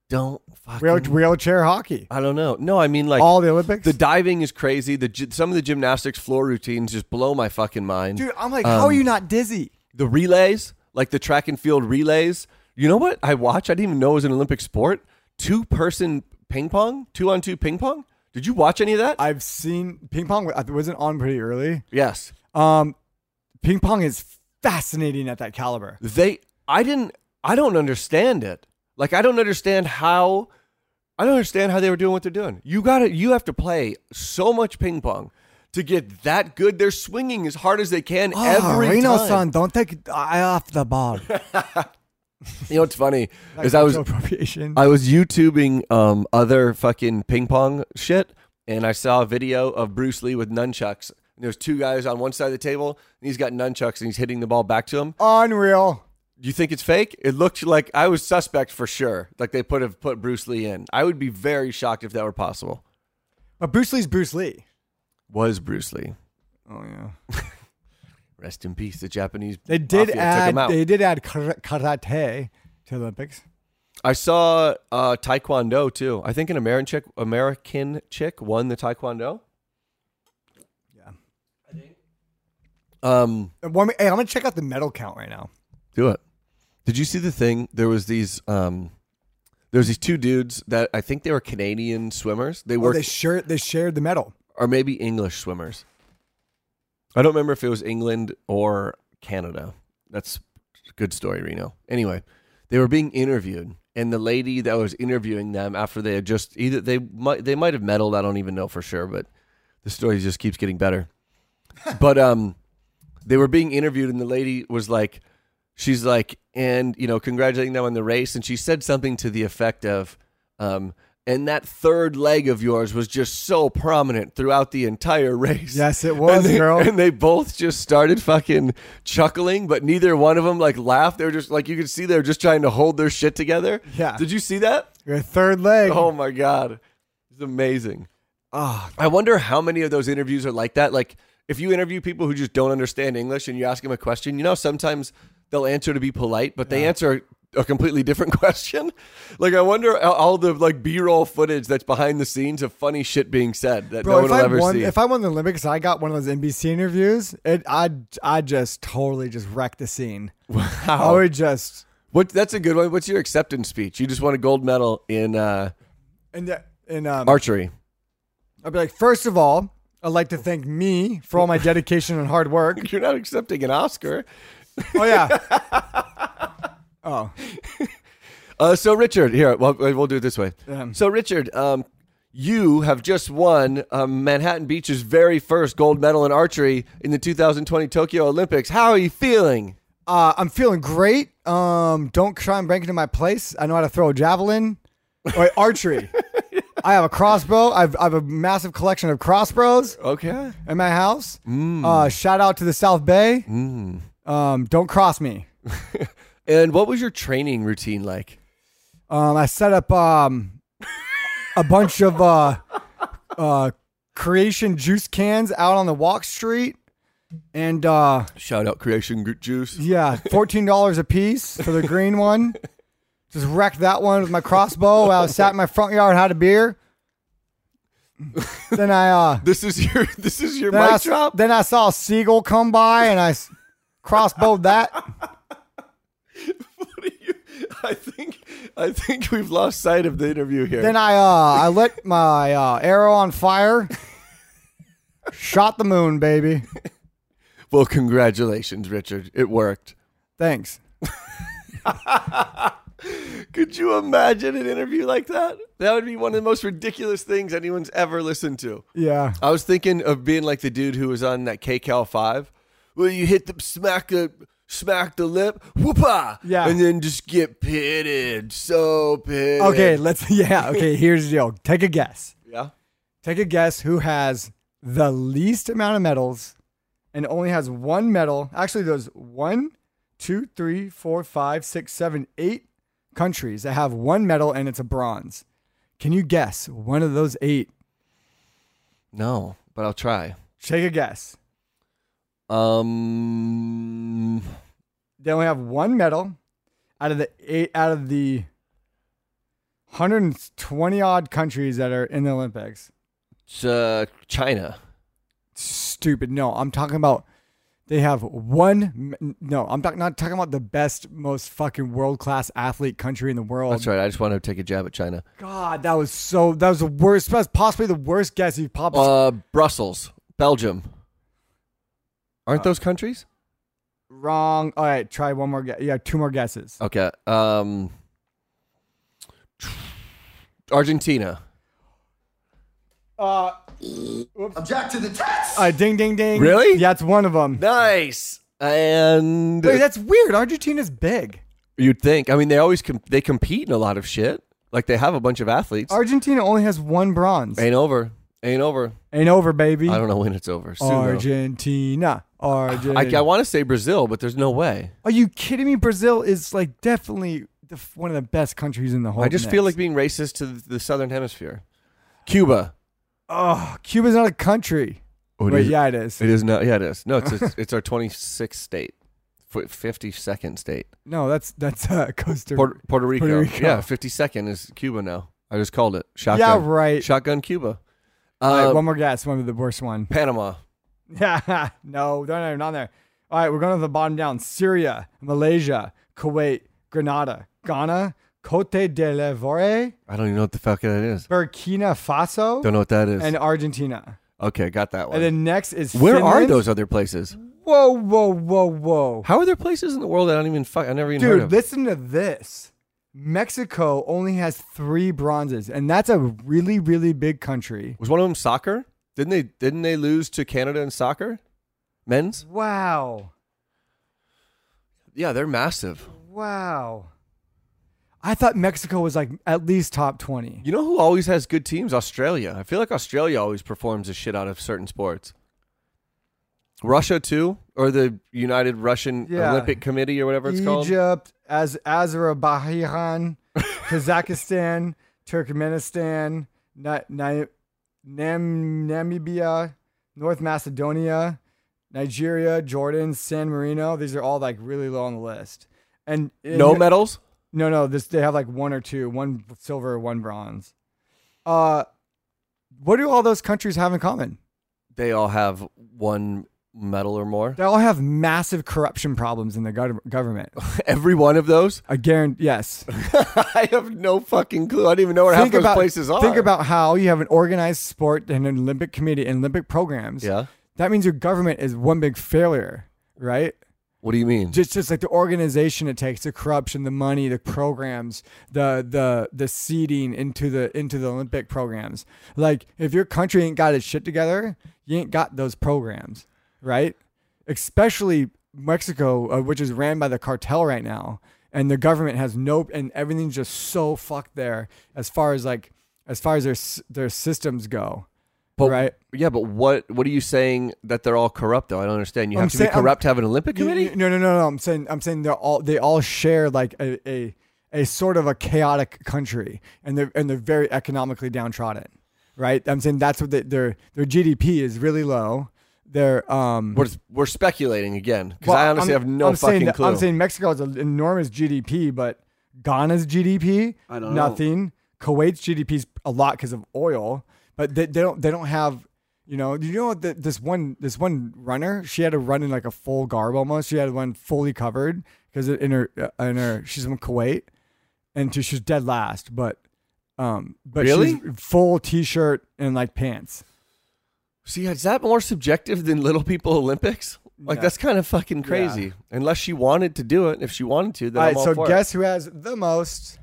don't fucking.
Wheel, wheelchair hockey.
I don't know. No, I mean like
All the Olympics.
the diving is crazy. The gy- some of the gymnastics floor routines just blow my fucking mind.
dude, I'm like, how are
Um,
you not dizzy?
the relays, like the track and field relays. You know what I watch? I didn't even know it was an Olympic sport. Two person ping pong, two on two ping pong. Did you watch any of that?
I've seen ping pong. It wasn't on pretty early.
yes.
Um, ping pong is fascinating at that caliber.
They I didn't I don't understand it. Like I don't understand how I don't understand how they were doing what they're doing. You got to you have to play so much ping pong to get that good. They're swinging as hard as they can
Ah,
every time.
don't take eye off the ball.
You know what's funny is I was
appropriation.
I was YouTubing um, other fucking ping pong shit, and I saw a video of Bruce Lee with nunchucks. And there's two guys on one side of the table, and he's got nunchucks, and he's hitting the ball back to him.
Unreal.
Do you think it's fake? It looked like I was suspect for sure. Like they put have put Bruce Lee in. I would be very shocked if that were possible.
But Bruce Lee's Bruce Lee.
Was Bruce Lee?
Oh yeah.
Rest in peace. The Japanese
They did
mafia took him
add.
out.
They did add kara- karate to the Olympics.
I saw uh, Taekwondo too. I think an American chick, American chick won the Taekwondo. Yeah. I think. Um,
And one- Hey, I'm gonna check out the medal count right now.
do it. Did you see the thing? There was these. Um, there was these two dudes that I think they were Canadian swimmers. They
Oh,
worked
they shared. They shared the medal.
or maybe English swimmers. I don't remember if it was England or Canada. That's a good story, Reno. Anyway, they were being interviewed, and the lady that was interviewing them after they had just either they might they might have meddled. I don't even know for sure, but the story just keeps getting better. but um, they were being interviewed, and the lady was like, she's like, and you know, congratulating them on the race, and she said something to the effect of, um, and that third leg of yours was just so prominent throughout the entire race.
Yes, it was,
and they,
girl.
And they both just started fucking chuckling, but neither one of them like laughed. They were just like you could see they were just trying to hold their shit together.
Yeah.
Did you see that?
Your third leg.
Oh my god, it's amazing.
Ah,
I wonder how many of those interviews are like that. Like if you interview people who just don't understand English and you ask them a question, you know, sometimes they'll answer to be polite, but they answer a completely different question. Like I wonder a- all the like B-roll footage that's behind the scenes of funny shit being said that no
bro.
one
if
will
I
ever
won,
see.
if I won the Olympics, I got one of those NBC interviews. It, I, I just totally just wrecked the scene. I
wow.
would just
What that's a good one. What's your acceptance speech? You just won a gold medal in uh,
and the- and um,
archery.
I'd be like, first of all, I'd like to thank me for all my dedication and hard work.
You're not accepting an Oscar.
Oh yeah. Oh,
Uh, so Richard, here, well, we'll do it this way. So Richard, um, you have just won um, Manhattan Beach's very first gold medal in archery in the 2020 Tokyo Olympics. How are you feeling?
Uh, I'm feeling great. Um, don't try and break into my place. I know how to throw a javelin. Wait, archery. I have a crossbow. I've, I have a massive collection of crossbows
Okay.
in my house.
Mm.
Uh, shout out to the South Bay. Um, don't cross me.
And what was your training routine like?
Um, I set up um, a bunch of uh, uh, creation juice cans out on the walk street. And uh,
Shout out Creation Gr- Juice.
yeah, $14 a piece for the green one. Just wrecked that one with my crossbow while I sat in my front yard, had a beer. then I uh,
This is your this is your
then, I,
mic
s-
drop.
then I saw a seagull come by and I s- crossbowed that.
What are you- I think I think we've lost sight of the interview here.
Then I uh I lit my uh, arrow on fire. Shot the moon, baby.
well, congratulations, Richard. It worked.
Thanks.
Could you imagine an interview like that? That would be one of the most ridiculous things anyone's ever listened to.
Yeah.
I was thinking of being like the dude who was on that KCAL five, where you hit the smack the smack the lip, whoopah,
Yeah.
and then just get pitted, so pitted.
Okay, let's yeah, okay, here's the deal. Take a guess.
yeah,
Take a guess who has the least amount of medals and only has one medal. Actually, there's one, two, three, four, five, six, seven, eight countries that have one medal and it's a bronze. Can you guess one of those eight?
no, but I'll try.
Take a guess.
Um,
They only have one medal out of the eight out of the 120 odd countries that are in the Olympics.
it's, uh, China.
Stupid. No, I'm talking about they have one. m- No, I'm talk, not talking about the best, most fucking world class athlete country in the world.
That's right. I just want to take a jab at China.
God, that was so. That was the worst. That's possibly the worst guess you've popped.
Uh, Brussels, Belgium. Aren't those countries?
wrong. All right, try one more guess. Yeah, two more guesses.
Okay. Um, Argentina.
Uh,
Object to the text.
uh, ding, ding, ding.
Really?
Yeah, it's one of them.
Nice. And
Wait, that's weird. Argentina's big.
You'd think. I mean, they always com- they compete in a lot of shit. Like they have a bunch of athletes.
Argentina only has one bronze.
Ain't over. Ain't over.
Ain't over, baby.
I don't know when it's over. Soon, though.
Argentina. Argentina.
I, I want to say Brazil, but there's no way.
Are you kidding me? Brazil is like definitely the, f- one of the best countries in the whole.
I just feel
mix.
like being racist to the, the southern hemisphere. Cuba.
oh, Cuba's not a country.
Oh,
Wait, yeah, it is.
It is not. Yeah, it is. No, it's it's, it's our 26th state, F- 52nd state.
No, that's that's uh, Costa.
Puerto, Puerto, Rico.
Puerto Rico.
Yeah, 52nd is Cuba now. I just called it shotgun.
yeah, right.
Shotgun Cuba.
All right,
Uh,
one more guess. One of the worst one.
Panama.
Yeah, no, they're not even on there. All right, we're going to the bottom down. Syria, Malaysia, Kuwait, Grenada, Ghana, Cote d'Ivoire,
I don't even know what the fuck that is.
Burkina Faso,
Don't know what that is.
and Argentina.
okay, got that one.
And then next is
Where are
Finland.
those other places?
Whoa, whoa, whoa, whoa,
How are there places in the world that I don't even fuck? I never even heard
dude!
of.
Listen to this. Mexico only has three bronzes, and that's a really, really big country.
Was one of them soccer? Didn't they? Didn't they lose to Canada in soccer? Men's?
Wow,
Yeah, they're massive.
wow. I thought Mexico was like at least top twenty.
You know who always has good teams? Australia. I feel like Australia always performs the shit out of certain sports. Russia too, or the United Russian
Yeah.
Olympic Committee or whatever it's called.
Egypt, Az- Azerbaijan, Kazakhstan, Turkmenistan, Na- Na- Nam- Namibia, North Macedonia, Nigeria, Jordan, San Marino. These are all like really low on the list. And and-
No medals.
No, no. This they have like one or two, one silver, one bronze. Uh, what do all those countries have in common?
They all have one medal or more.
They all have massive corruption problems in the gov- government.
Every one of those.
I guarantee. Yes.
I have no fucking clue. I don't even know where half those places are.
Think about how you have an organized sport and an Olympic committee and Olympic programs.
yeah.
That means your government is one big failure, right?
What do you mean?
just just like the organization it takes, the corruption, the money, the programs, the the the seeding into the into the Olympic programs. Like if your country ain't got its shit together, you ain't got those programs, right? Especially Mexico, uh, which is ran by the cartel right now, and the government has no, and everything's just so fucked there as far as like as far as their s- their systems go.
But-
right.
Yeah, but what what are you saying that they're all corrupt though? I don't understand. You
I'm
have to
saying-
be
I'm-
corrupt to have an Olympic
You-
committee.
you- No, no, no, no. I'm saying I'm saying they're all they all share like a a, a sort of a chaotic country, and they're and they're very economically downtrodden, right? I'm saying that's what they, their their GDP is really low. Their um.
we're we're speculating again because
well,
I honestly
I'm-
have no
I'm saying
fucking
that-
clue.
I'm saying Mexico has an enormous GDP, but Ghana's GDP
I don't know.
nothing. Kuwait's GDP is a lot because of oil, but they, they don't they don't have. You know, you know what? The, this one, this one runner, she had to run in like a full garb almost. She had one fully covered because in her, uh, in her, she's from Kuwait, and she, she's dead last. But, um, but
Really?
she's full t-shirt and like pants.
See, is that more subjective than Little People Olympics? Like
No.
that's kind of fucking crazy. Unless she wanted to do it, if she wanted to, then
All
I'm
right,
all
so
for it.
guess who has the most?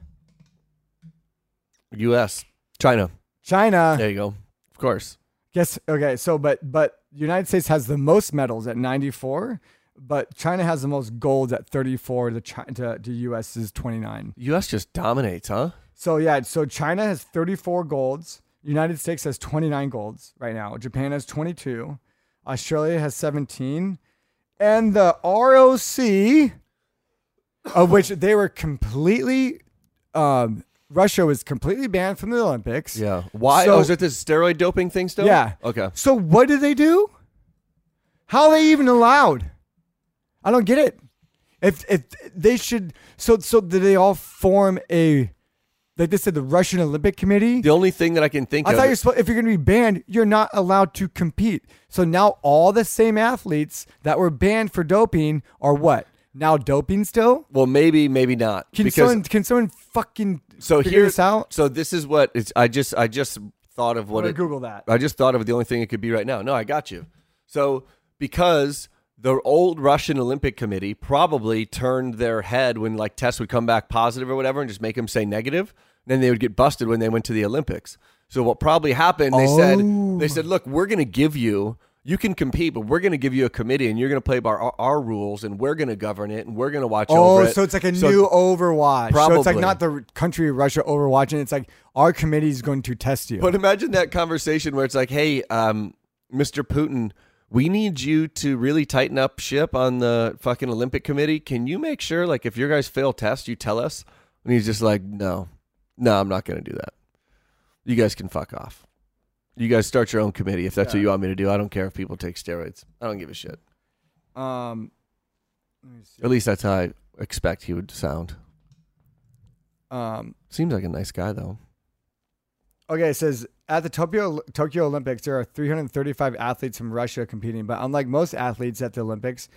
U.S. China.
China.
There you go. Of course.
Yes. Okay. So, but but the United States has the most medals at 94, but China has the most golds at 34. The China to, to U.S. is 29.
U.S. just dominates, huh?
So yeah. So China has 34 golds. United States has 29 golds right now. Japan has 22. Australia has 17, and the ROC, of which they were completely, um, Russia was completely banned from the Olympics.
Yeah. Why?
So-
oh, is it this steroid doping thing still?
Yeah.
Okay.
So what do they do? How are they even allowed? I don't get it. If if they should so so do they all form a like they said the Russian Olympic Committee?
The only thing that I can think
I
of.
thought you're supposed if you're going to be banned, you're not allowed to compete. So now all the same athletes that were banned for doping are what? Now doping still?
well, maybe, maybe not.
Can
because
someone can someone fucking
so
figure
here's
this out?
So this is what it's. I just, I just thought of
I'm
what
gonna
it.
Google that.
I just thought of the only thing it could be right now. No, I got you. So because the old Russian Olympic Committee probably turned their head when like tests would come back positive or whatever, and just make them say negative. Then they would get busted when they went to the Olympics. So what probably happened? They said they said, look, we're going to give you. You can compete, but we're going to give you a committee, and you're going to play by our, our rules, and we're going to govern it, and we're going to watch
Oh,
over it.
so it's like a new Overwatch. So it's like
Probably.
not the country of Russia Overwatch, and it's like our committee is going to test you.
But imagine that conversation where it's like, "Hey, um, Mr. Putin, we need you to really tighten up ship on the fucking Olympic Committee. Can you make sure, like, if your guys fail tests, you tell us?" And he's just like, "No, no, I'm not going to do that. You guys can fuck off. You guys start your own committee if that's what you want me to do. I don't care if people take steroids. I don't give a shit.
um,
At least that's how I expect he would sound.
um,
Seems like a nice guy though.
okay, it says at the Tokyo Tokyo Olympics, there are 335 athletes from Russia competing, but unlike most athletes at the Olympics,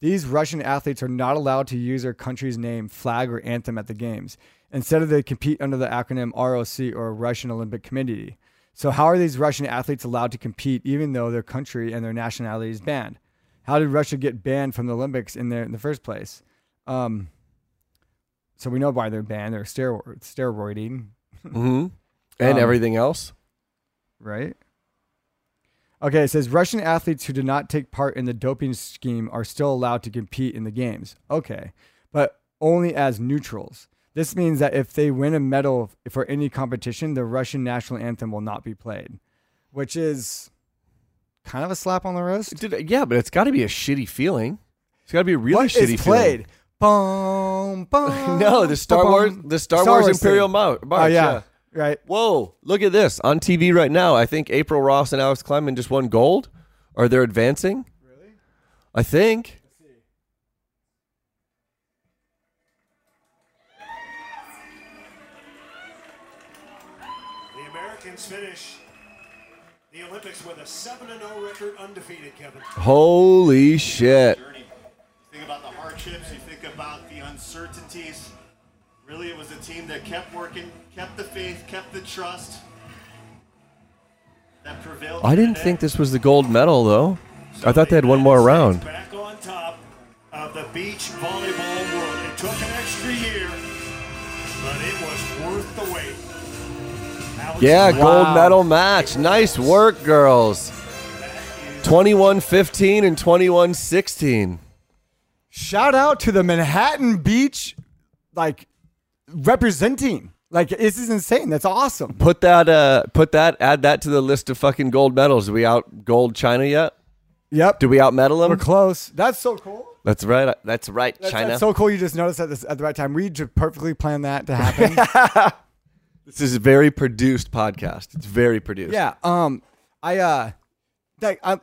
these Russian athletes are not allowed to use their country's name, flag, or anthem at the games. Instead, of they compete under the acronym ROC or Russian Olympic Committee. So, how are these Russian athletes allowed to compete even though their country and their nationality is banned? How did Russia get banned from the Olympics in there in the first place? Um, so we know why they're banned. They're steroid steroiding,
hmm And
Um,
everything else.
right? Okay, it says Russian athletes who did not take part in the doping scheme are still allowed to compete in the games. Okay, but only as neutrals. This means that if they win a medal for any competition, the Russian national anthem will not be played, which is kind of a slap on the wrist.
Dude, yeah, but it's got to be a shitty feeling. It's got to be a really
What
shitty
is
feeling.
played? Boom, boom,
No, the Star
ba-bum.
Wars, the Star, Wars, Imperial Mar- March.
Oh yeah, right.
Whoa! Look at this on TV right now. I think April Ross and Alex Kleinman just won gold, or they're advancing. Really? I think.
The Americans finish the Olympics with a 7 0 record undefeated, Kevin.
Holy shit!
Journey. You think about the hardships, you think about the uncertainties. Really, it was a team that kept working, kept the faith, kept the trust. That prevailed.
I didn't
today.
think this was the gold medal though. I
So
thought they had one more
United
round.
States Back on top of the beach volleyball world. It took an extra year, but it was worth the wait. Alex
Yeah,
Lyon,
gold medal match. Nice work, girls. 21 15 and 21 16.
Shout out to the Manhattan Beach, like representing. Like this is insane. That's awesome.
Put that, uh, put that, add that to the list of fucking gold medals. Do we out gold China yet?
Yep.
Do we out medal
We're
them?
close. That's so cool.
That's right. That's right,
That's,
China.
that's so cool. You just noticed at this at the right time. We just perfectly planned that to happen.
this is a very produced podcast. It's very produced.
yeah. Um. I uh, like I,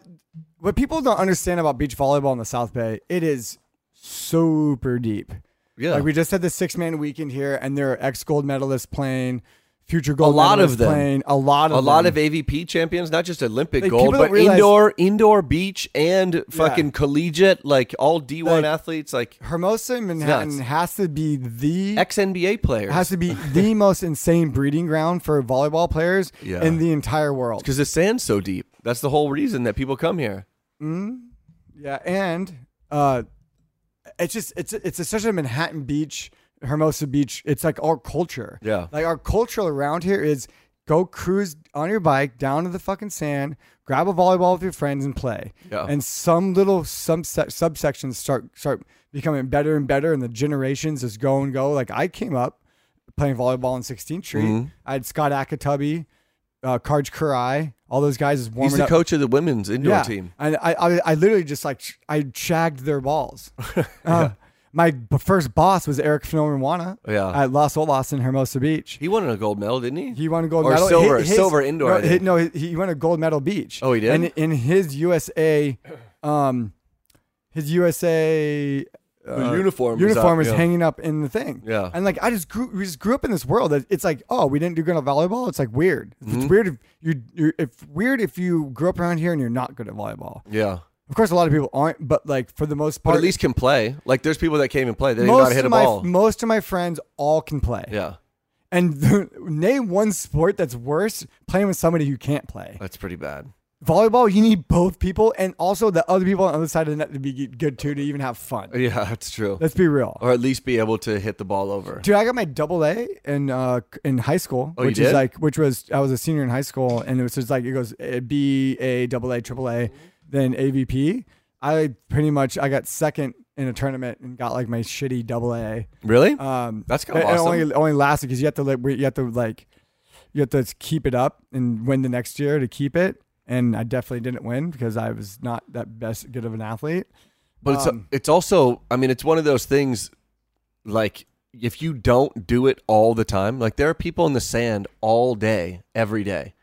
what people don't understand about beach volleyball in the South Bay, it is super deep.
Yeah.
Like we just had the six man weekend here, and there are ex gold medalists playing, future gold
lot of
medalists
them.
playing, a lot of
a lot
them.
of AVP champions, not just Olympic
Like,
gold,
people don't
but
realize-
indoor, indoor beach and fucking collegiate, like all D1
Like-
athletes, like
Hermosa and Manhattan
nuts.
has to be the
ex NBA players.
has to be the most insane breeding ground for volleyball players
Yeah.
in the entire world.
because the sand's so deep. That's the whole reason that people come here.
Yeah, and uh, it's just it's it's a, such a Manhattan Beach, Hermosa Beach. It's like our culture.
Yeah.
like our culture around here is go cruise on your bike down to the fucking sand, grab a volleyball with your friends and play.
Yeah.
and some little some subsections start start becoming better and better, and the generations just go and go. Like I came up playing volleyball in 16th Street.
Mm-hmm.
I had Scott Akatubby, uh, Karj Kurai, all those guys is warming
He's the
up.
coach of the women's indoor team.
And I, I, I literally just like sh- I shagged their balls. Uh, My b- first boss was Eric Phenomenwana.
Yeah.
at Las Olas in Hermosa Beach.
He won a gold medal, didn't he?
He won a gold
or
medal.
silver,
Hi- his-
silver indoor. I
No,
think.
he, no, he, he won a gold medal beach.
Oh, he did?
And in his USA, um, his USA
the Uh, uniform. was
uh, uniform
up,
is
yeah.
hanging up in the thing.
Yeah.
And like I just grew, we just grew up in this world that it's like, oh, we didn't do good at volleyball. It's like weird.
Mm-hmm.
It's weird if you you're if weird if you grew up around here and you're not good at volleyball.
Yeah,
Of course, a lot of people aren't, but like for the most
but
part,
at least can play. Like there's people that came and play. They didn't know how
most
to hit
of
a
my
ball.
most of my friends all can play.
yeah,
And name one sport that's worse playing with somebody who can't play.
that's pretty bad.
Volleyball, you need both people and also the other people on the other side of the net to be good too to even have fun.
Yeah, that's true.
Let's be real.
or at least be able to hit the ball over.
Dude, I got my double A in uh c- in high school,
Oh, you
which
did?
is like which was I was a senior in high school, and it was just like it goes uh, B A double A triple A, then AVP. I pretty much I got second in a tournament and got like my shitty double A.
Really?
Um,
That's kinda
it- it
awesome.
Only only lasted because you have to like you have to like you have to keep it up and win the next year to keep it. And I definitely didn't win because I was not that best good of an athlete.
But it's
um,
it's also, I mean, it's one of those things. Like if you don't do it all the time, like there are people in the sand all day, every day,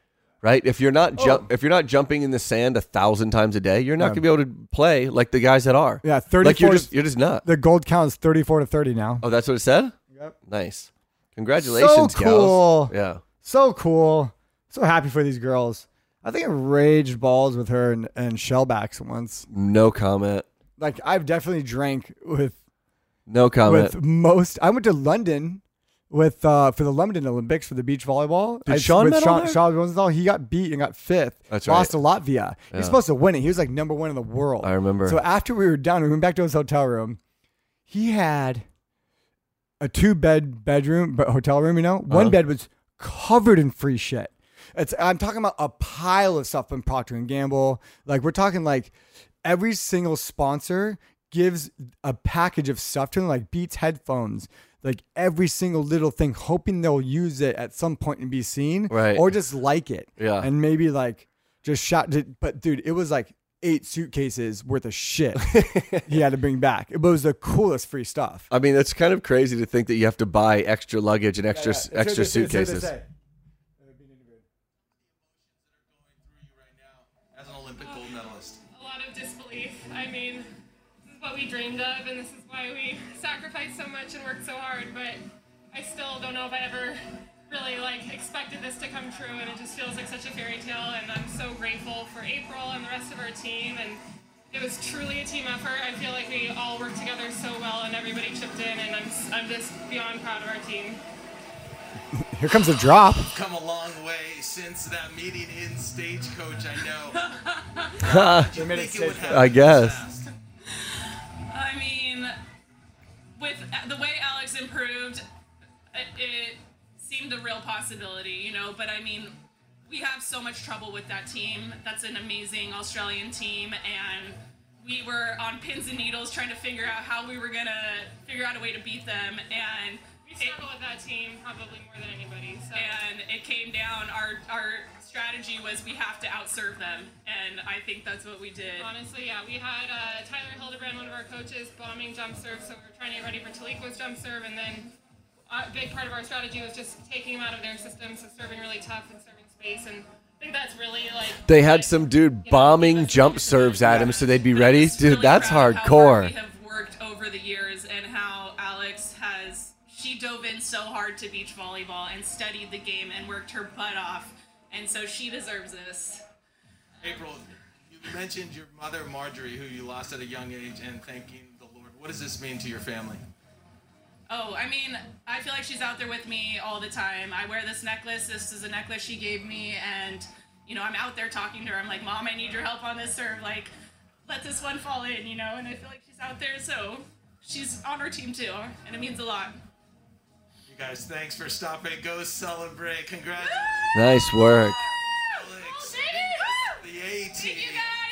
right? If you're not jump,
Oh.
if you're not jumping in the sand a thousand times a day, you're not gonna be able to play like the guys that are.
Yeah,
Like you're
34
just you're just not.
The gold count is thirty four to thirty now.
Oh, that's what it said. Yep. Nice. Congratulations,
So
gals.
cool.
Yeah.
so cool. So happy for these girls. I think I raged balls with her and, and shellbacks once.
No comment.
Like I've definitely drank with
No comment.
with most. I went to London with uh, for the London Olympics for the beach volleyball.
Did
I,
Sean
with
medal
Sean,
there?
Sean Rosenthal, he got beat and got fifth.
That's
lost
right.
to Latvia. He was supposed to win it. He was like number one in the world.
I remember.
So after we were done, we went back to his hotel room. He had a two bed bedroom, but hotel room. You know,
Uh-huh.
one bed was covered in free shit. It's I'm talking about a pile of stuff from Procter and Gamble. Like we're talking like every single sponsor gives a package of stuff to them, like Beats headphones, like every single little thing, hoping they'll use it at some point and be seen,
Right.
Or just like it,
Yeah.
And maybe like just shot. But dude, it was like eight suitcases worth of shit he had to bring back. It was the coolest free stuff.
I mean, it's kind of crazy to think that you have to buy extra luggage and extra extra suitcases.
as an Olympic gold medalist? A lot of disbelief. I mean, this is what we dreamed of, and this is why we sacrificed so much and worked so hard. But I still don't know if I ever really like expected this to come true, and it just feels like such a fairy tale. And I'm so grateful for April and the rest of our team. And it was truly a team effort. I feel like we all worked together so well, and everybody chipped in. And I'm s- I'm just beyond proud of our team.
Here comes a drop.
Come a long way since that meeting in Stagecoach, I know.
I guess.
I mean, with the way Alex improved, it, it seemed a real possibility, you know. But I mean, we have so much trouble with that team. That's an amazing Australian team, and we were on pins and needles trying to figure out how we were gonna figure out a way to beat them. And
We struggle with that team probably more than anybody. So.
and it came down. Our our strategy was we have to outserve them, and I think that's what we did.
Honestly, yeah, we had uh, Tyler Hildebrand, one of our coaches, bombing jump serve, so we were trying to get ready for Taliko's jump serve, and then a big part of our strategy was just taking him out of their system, so serving really tough and serving space, and I think that's really like
They had some dude bombing jump serves at him so they'd be ready. Dude, that's
We
hardcore.
have worked over the years, and how Alex has she dove in so hard to beach volleyball and studied the game and worked her butt off, and so she deserves this.
April, you mentioned your mother Marjorie, who you lost at a young age, and thanking the Lord. What does this mean to your family?
Oh, I mean, I feel like she's out there with me all the time. I wear this necklace. This is a necklace she gave me, and you know, I'm out there talking to her. I'm like, "Mom, I need your help on this serve. Like, let this one fall in," you know. And I feel like she's out there, so she's on our team too, and it means a lot.
You guys, thanks for stopping. Go celebrate. Congratulations.
Nice work.
Oh,
the A team.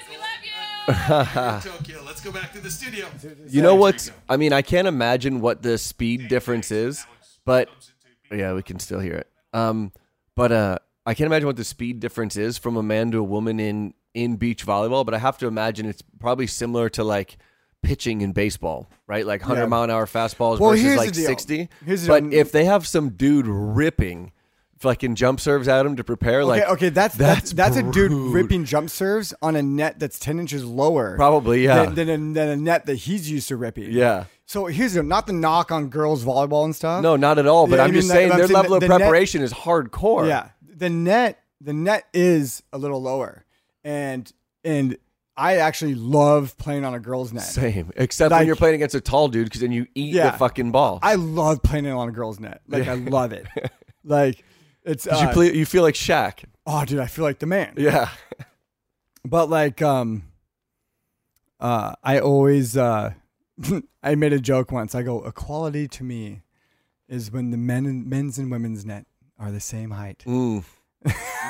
you
Tokyo. Let's go back to the studio.
know what's? I mean, I can't imagine what the speed difference is, but yeah, we can still hear it. Um, but uh, I can't imagine what the speed difference is from a man to a woman in in beach volleyball. But I have to imagine it's probably similar to like pitching in baseball, right? Like hundred
Yeah.
mile an hour fastballs
Well,
versus
here's the
like
deal.
sixty.
Here's the
But
deal.
if they have some dude ripping fucking jump serves at him to prepare,
Okay,
like
okay, that's that's that's, a dude
rude.
ripping jump serves on a net that's ten inches lower,
Probably, yeah.
than, than, a, than a net that he's used to ripping.
Yeah.
So here's the, not the knock on girls volleyball and stuff.
No, not at all. But
Yeah,
I'm
I mean,
just
that-
saying
I'm
their level
the-
of
the net-
preparation is hardcore.
Yeah, the net the net is a little lower, and and I actually love playing on a girls' net.
Same. Except when
Like-
you're playing against a tall dude, because then you eat the
Yeah.
fucking ball.
I love playing on a girls' net. Like
Yeah.
I love it. like it's
'Cause you
uh,
play, you feel like Shaq.
Oh, dude, I feel like the man.
Yeah.
But like, um, uh, I always, uh, I made a joke once. I go, equality to me is when the men and men's and women's net are the same height.
Mm.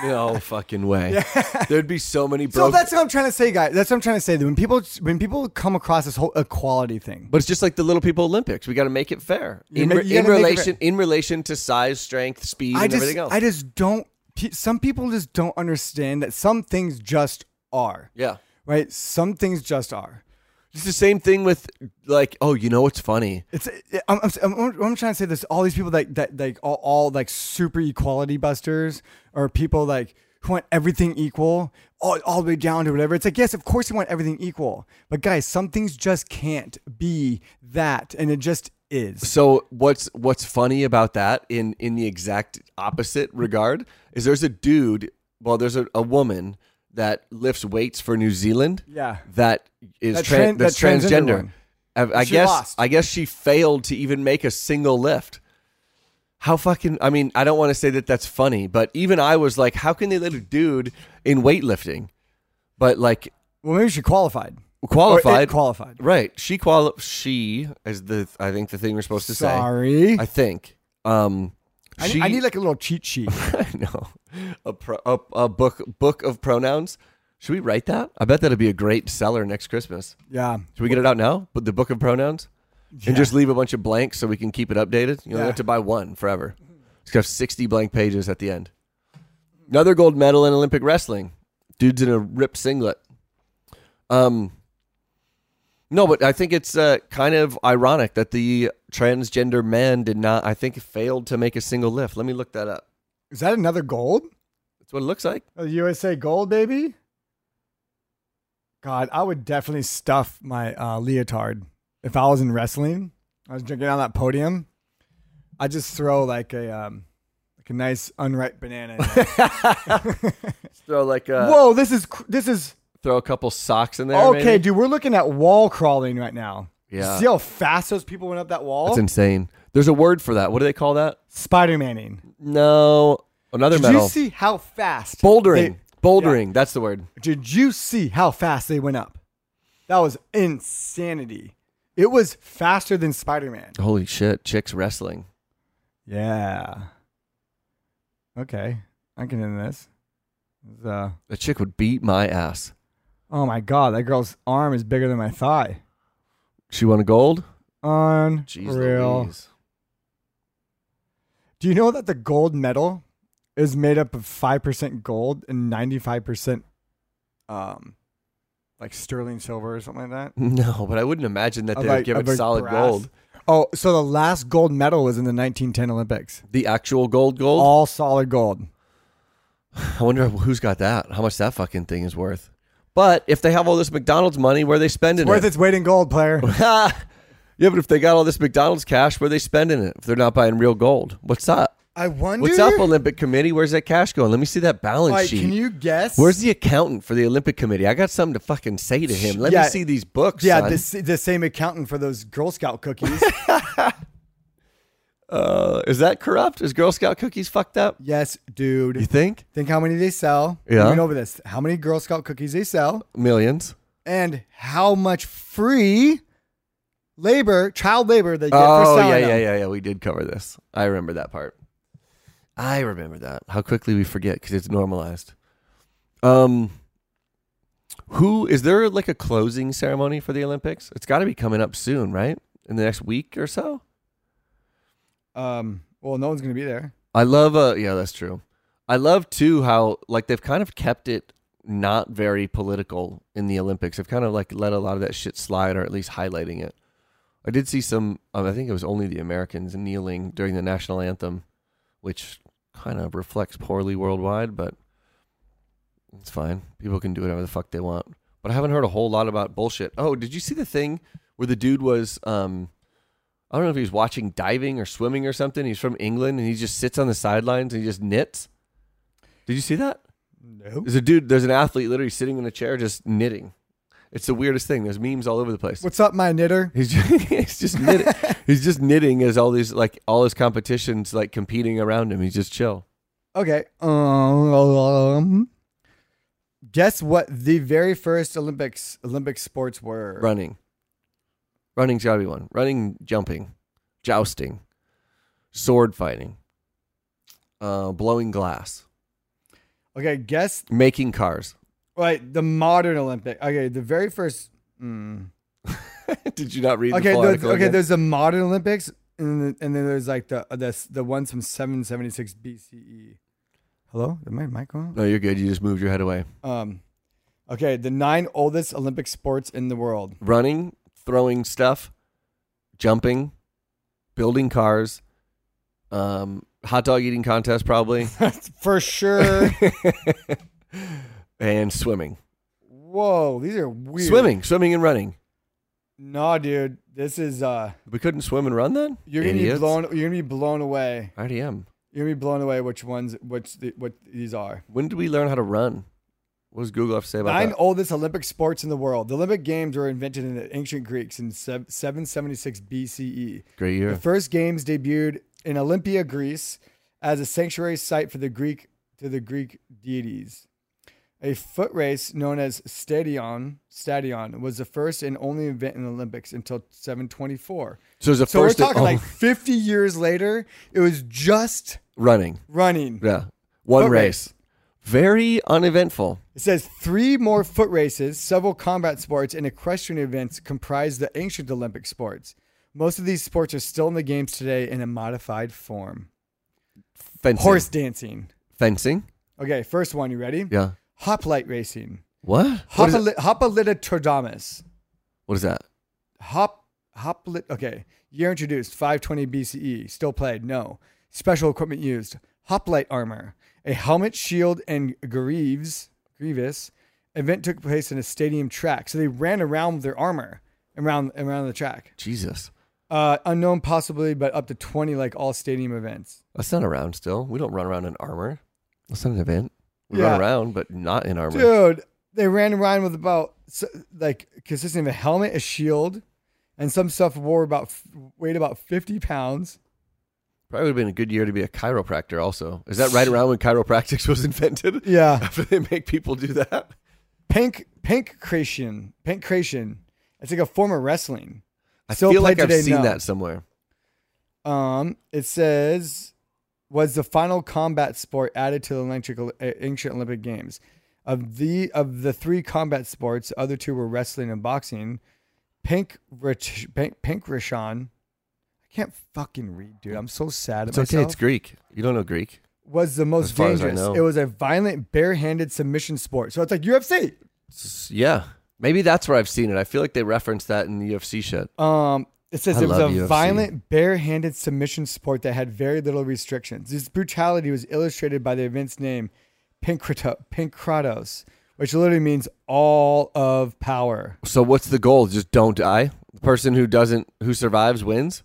No fucking way. There'd be so many
So
broke.
that's what I'm trying to say, guys. That's what I'm trying to say. That when people when people come across this whole equality thing,
but it's just like the Little People Olympics. We got to make it fair
You
in,
ma-
re-
you
in
gotta make it
relation in relation to size, strength, speed,
I
and
just
everything else.
I just don't. pe- Some people just don't understand that some things just are.
yeah.
Right. Some things just are.
It's the same thing with like, oh, you know what's funny?
It's I'm, I'm, I'm, I'm trying to say this. All these people that that like all, all like super equality busters or people like who want everything equal all, all the way down to whatever. It's like yes, of course you want everything equal, but guys, some things just can't be that, and it just is.
So what's what's funny about that in in the exact opposite regard is there's a dude, well, there's a, a woman that lifts weights for New Zealand.
Yeah.
That is
That
tran-
tran-
that's
that transgender
transgender.
one.
I, I
She
guess
lost.
I guess she failed to even make a single lift. How fucking I mean, I don't want to say that that's funny, but even I was like, how can they let a dude in weightlifting? But like
Well, maybe she qualified. Or
qualified
it qualified.
right she qual she is the i think the thing we're supposed to say
Sorry.
i think um
I,
she,
need, I need like a little cheat sheet.
no a, pro, a, a book book of pronouns should we write that i bet that'd be a great seller next christmas
Yeah.
should we get it out now but the book of pronouns and just leave a bunch of blanks so we can keep it updated you only
Yeah.
have to buy one forever it's got 60 blank pages at the end another gold medal in olympic wrestling dude's in a ripped singlet um no, but I think it's uh, kind of ironic that the transgender man did not. I think failed to make a single lift. Let me look that up.
Is that another gold?
That's what it looks like.
A USA gold, baby. God, I would definitely stuff my uh, leotard if I was in wrestling. I was drinking on that podium. I just throw like a um, like a nice unripe banana. in there.
Throw like a,
Whoa, this is cr- this is
throw a couple socks in Uh, there.
okay,
maybe?
dude. We're looking at wall crawling right now. You
Yeah.
See how fast those people went up that wall?
That's insane. There's a word for that. What do they call that?
Spider Manning.
No, another
Did
medal.
you see how fast
Bouldering.
they-
Bouldering. That's the word.
Did you see how fast they went up? That was insanity. It was faster than Spider Man.
Holy shit, chicks wrestling.
Yeah. Okay, I can end this. The
that chick would beat my ass.
Oh my god, that girl's arm is bigger than my thigh.
She won a gold.
Unreal.
Jeez Louise.
Do you know that the gold medal is made up of five percent gold and ninety five percent, um, like sterling silver or something like that?
No, but I wouldn't imagine that
Of
they
like-
would give
of
it
like
solid
brass.
gold.
Oh, so the last gold medal was in the 1910 Olympics.
The actual gold, gold.
All solid gold.
I wonder who's got that. How much that fucking thing is worth. But if they have all this McDonald's money, where are they spending
Worth
it?
its weight in gold, player.
yeah, but if they got all this McDonald's cash, where are they spending it? If they're not buying real gold, what's up?
I wonder.
What's up, Olympic Committee? Where's that cash going? Let me see that balance
Like,
sheet.
can you guess?
Where's the accountant for the Olympic Committee? I got something to fucking say to him. Let
Yeah.
me see these books.
Yeah,
son.
the, s- the same accountant for those Girl Scout cookies.
Uh, is that corrupt? Is Girl Scout cookies fucked up?
yes, dude.
You think
Think how many they sell. We
Yeah.
went over this. How many Girl Scout cookies they sell,
millions?
and how much free labor, child labor, they get for
Oh
selling
yeah,
them.
yeah, yeah, yeah. We did cover this. I remember that part. I remember that. How quickly we forget because it's normalized. Um, who is there like a closing ceremony for the Olympics? It's got to be coming up soon, right? In the next week or so.
Um. Well, no one's gonna be there.
I love uh yeah, that's true. I love too how like they've kind of kept it not very political in the Olympics. They've kind of like let a lot of that shit slide or at least highlighting it. I did see some um, I think it was only the Americans kneeling during the national anthem, which kind of reflects poorly worldwide, but it's fine. People can do whatever the fuck they want. But I haven't heard a whole lot about bullshit. Oh, did you see the thing where the dude was um I don't know if he was watching diving or swimming or something. He's from England and he just sits on the sidelines and he just knits. Did you see that?
No.
There's a dude, there's an athlete literally sitting in a chair just knitting. It's the weirdest thing. There's memes all over the place.
What's up, my knitter?
He's just, he's just knitting. he's just knitting as all these like all his competitions like competing around him. He's just chill.
Okay. Um, guess what the very first Olympics Olympic sports were?
Running. Running's gotta be one. Running, jumping, jousting, sword fighting, uh, blowing glass,
Okay, guess
making cars.
right the modern Olympic. Okay, the very first. Mm.
Did you not read
Okay,
the full
the-
article?
okay.
again?
There's the modern Olympics, and then, and then there's like the the the ones from 776 BCE. E. Hello, did my mic go on?
No, you're good. You just moved your head away.
Um, okay, the nine oldest Olympic sports in the world.
Running, throwing stuff, jumping, building cars, um, hot dog eating contest probably,
For sure.
and swimming.
Whoa, these are weird.
Swimming, swimming and running.
Nah, dude, this is uh.
We couldn't swim and run then?
You're gonna
Idiots.
be blown. You're gonna be blown away.
I already am.
You're gonna be blown away. Which ones? Which the, what these are?
When did we learn how to run? What does Google have to say about
Nine
that?
oldest Olympic sports in the world. The Olympic Games were invented in the ancient Greeks in sev- 776 BCE.
Great year.
E. The first games debuted in Olympia, Greece, as a sanctuary site for the Greek to the Greek deities. A foot race known as stadion stadion was the first and only event in the Olympics until 724.
So it's the
So we we're
first oh, and
talking like
only-
50 years later. It was just
running.
running.
Yeah. One
Foot
race.
race.
Very uneventful.
It says three more foot races, several combat sports, and equestrian events comprise the ancient Olympic sports. Most of these sports are still in the games today in a modified form.
Fencing.
Horse dancing.
Fencing.
Okay, first one. You ready?
Yeah.
Hoplite racing.
What? What is, that?
Hopali- Hoplita Trodamus.
what is that?
Hop. Hoplit. Okay. Year introduced 520 BCE. E, Still played. No. Special equipment used. Hoplite armor. A helmet, shield, and greaves. Grievous. Event took place in a stadium track. So they ran around with their armor around around the track.
Jesus.
Uh, unknown possibly, but up to 20 like all stadium events.
That's not around still. We don't run around in armor. That's not an event. We
Yeah.
run around, but not in armor.
Dude, they ran around with about s- like consisting of a helmet, a shield, and some stuff wore about f- weighed about fifty pounds.
Probably would have been a good year to be a chiropractor, also. Is that right around when chiropractics was invented?
Yeah.
After they make people do that?
Pank pancration, pancration. It's like a form of wrestling.
I
Still
feel
played
like I've
today,
seen
no.
that somewhere.
Um, it says was the final combat sport added to the ancient, Oli- uh, ancient Olympic Games. Of the of the three combat sports, the other two were wrestling and boxing. Pink Rich Pink, Pink Rishon. I can't fucking read, dude. I'm so sad. at
It's okay.
myself.
It's Greek. You don't know Greek.
Was the most
As far as I
dangerous.
know.
It was a violent, barehanded submission sport. So it's like UFC.
S- Yeah. Maybe that's where I've seen it. I feel like they referenced that in the UFC shit.
Um, it says
I
it was a
love UFC.
violent, barehanded submission sport that had very little restrictions. This brutality was illustrated by the event's name, Pinkrato- Pinkratos, which literally means all of power.
So what's the goal? Just don't die. The person who doesn't, who survives, wins.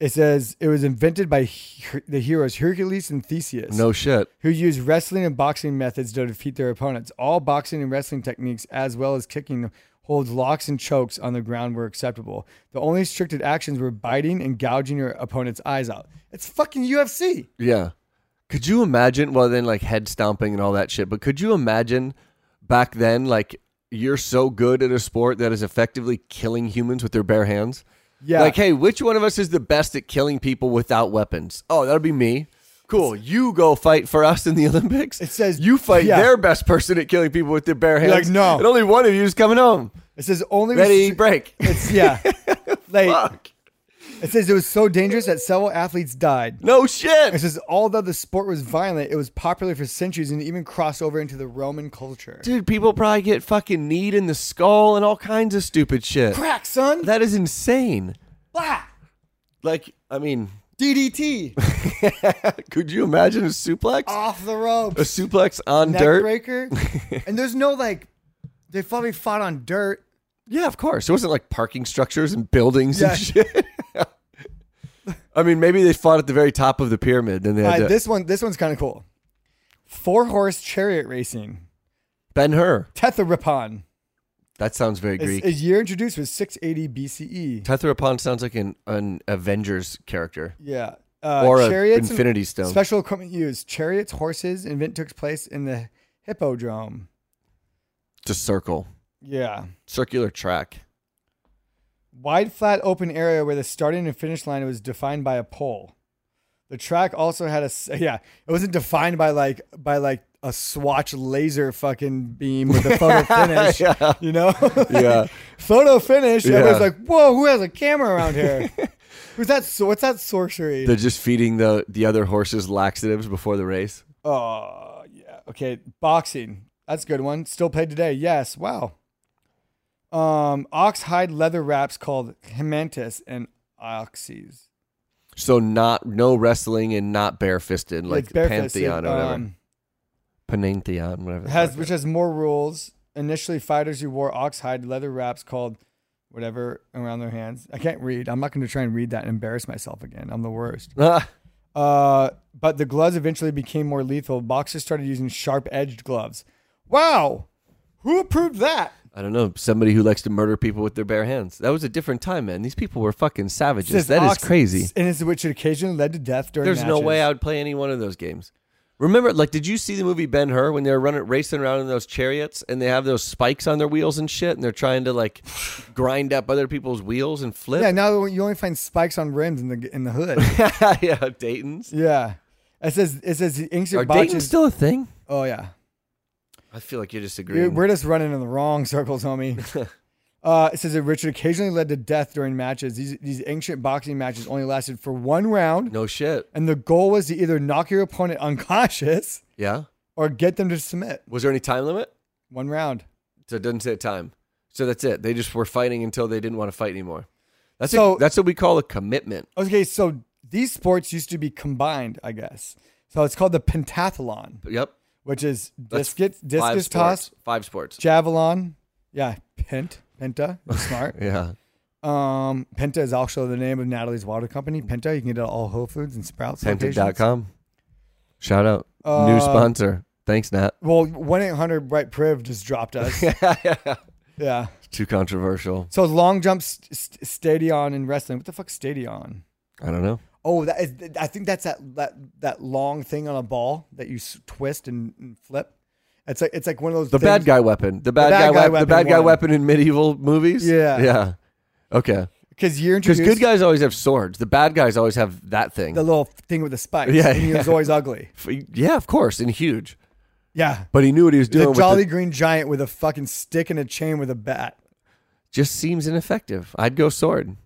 It says it was invented by Her- the heroes Hercules and Theseus.
No shit.
Who used wrestling and boxing methods to defeat their opponents. All boxing and wrestling techniques, as well as kicking, holds locks and chokes on the ground were acceptable. The only restricted actions were biting and gouging your opponent's eyes out. It's fucking UFC.
Yeah. Could you imagine? Well, then like head stomping and all that shit. But could you imagine back then, like you're so good at a sport that is effectively killing humans with their bare hands?
Yeah.
Like, hey, which one of us is the best at killing people without weapons? Oh, that'll be me. Cool. You go fight for us in the Olympics. It
says
you fight
yeah.
their best person at killing people with their bare
You're
hands.
like, no.
And only one of you is coming home.
It says only
Ready,
restri-
break.
It's yeah. like it says it was so dangerous that several athletes died.
No shit.
It says although the sport was violent, it was popular for centuries and even crossed over into the Roman culture.
Dude, people probably get fucking kneed in the skull and all kinds of stupid shit.
Crack, son.
That is insane.
Blah.
Like, I mean,
DDT
could you imagine a suplex?
off the
A
ropes.
suplex on
Neck
dirt?
breaker. and there's no like they probably fought on dirt.
Yeah, of course. It wasn't like parking structures and buildings
Yeah.
and shit. I mean, maybe they fought at the very top of the pyramid. Then they
All
had to,
right, Uh, this one this one's kind of cool. Four horse chariot racing.
Ben Hur.
Tetherapan
That sounds very
is,
Greek.
is year introduced was 680 BCE.
Tetherapan sounds like an, an Avengers character.
Yeah. Uh,
Or a
chariots and
Infinity Stone.
Special equipment used. Chariots, horses, and event took place in the hippodrome.
It's a circle,
Yeah.
circular track.
Wide, flat, open area where the starting and finish line was defined by a pole. The track also had a s- yeah. It wasn't defined by like by like a swatch laser fucking beam with a photo finish.
Yeah.
You know.
Yeah.
photo finish.
Yeah.
Everyone's like, whoa, who has a camera around here? Who's that? sor- What's that sorcery?
They're just feeding the, the other horses laxatives before the race.
Oh, yeah. Okay. Boxing. That's a good one. Still played today. Yes. Wow. Um, ox hide leather wraps called hemantis and oxys.
So not no wrestling and not barefisted like
It's barefisted,
pantheon or whatever.
um,
Pantheon, whatever. the
has
fuck
which
it-
has more rules. Initially, fighters who wore ox hide leather wraps called whatever around their hands. I can't read. I'm not going to try and read that and embarrass myself again. I'm the worst.
Ah,
Uh, but the gloves eventually became more lethal. Boxers started using sharp edged gloves. Wow. Who approved that?
I don't know. Somebody who likes to murder people with their bare hands. That was a different time, man. These people were fucking
It says
savages. That is
ox-
crazy.
And it's which occasionally led to death during
There's no
matches.
way I would play any one of those games. Remember, like, did you see the movie Ben Hur when they're running racing around in those chariots and they have those spikes on their wheels and shit, and they're trying to like grind up other people's wheels and flip?
Yeah, now you only find spikes on rims in the in the hood.
Yeah, Dayton's.
yeah, it says it says the ancient
Are Dayton's
botches.
still a thing?
oh yeah,
I feel like you're disagreeing.
Dude, we're just running in the wrong circles, homie. uh, it says that Richard occasionally led to death during matches. These these ancient boxing matches only lasted for one round,
no shit.
and the goal was to either knock your opponent unconscious
Yeah.
or get them to submit.
Was there any time limit?
One round.
So it doesn't say a time. So that's it. They just were fighting until they didn't want to fight anymore. That's
So-
a, that's what we call a commitment.
Okay, so these sports used to be combined, I guess. So it's called the pentathlon.
Yep.
which is
That's
discus,
five
discus
sports.
toss,
Five sports.
javelin. Yeah, pent, penta. You're smart.
Yeah.
Um, penta is also the name of Natalie's water company. Penta, you can get it at all Whole Foods and Sprouts. locations.
Tempted.com. Shout out.
Uh,
New sponsor. Thanks, Nat.
Well, one eight hundred right priv just dropped us. yeah.
Too controversial.
So long jump, st- st- stadion, and wrestling. What the fuck, stadion?
I don't know.
Oh, that is. I think that's that that that long thing on a ball that you s- twist and, and flip. It's like it's like one of those.
The bad
things-
guy weapon. The bad,
bad
guy,
guy
weapon. The
weapon
bad guy
won.
weapon in medieval movies.
Yeah.
Yeah. Okay.
Because you're
Because
introduced
good guys always have swords. The bad guys always have that thing.
the little thing with the spikes.
Yeah,
and he was
yeah.
always ugly.
F- yeah, of course, and huge.
Yeah.
But he knew what he was doing.
The
with
jolly
the-
green giant with a fucking stick and a chain with a bat.
just seems ineffective. I'd go sword.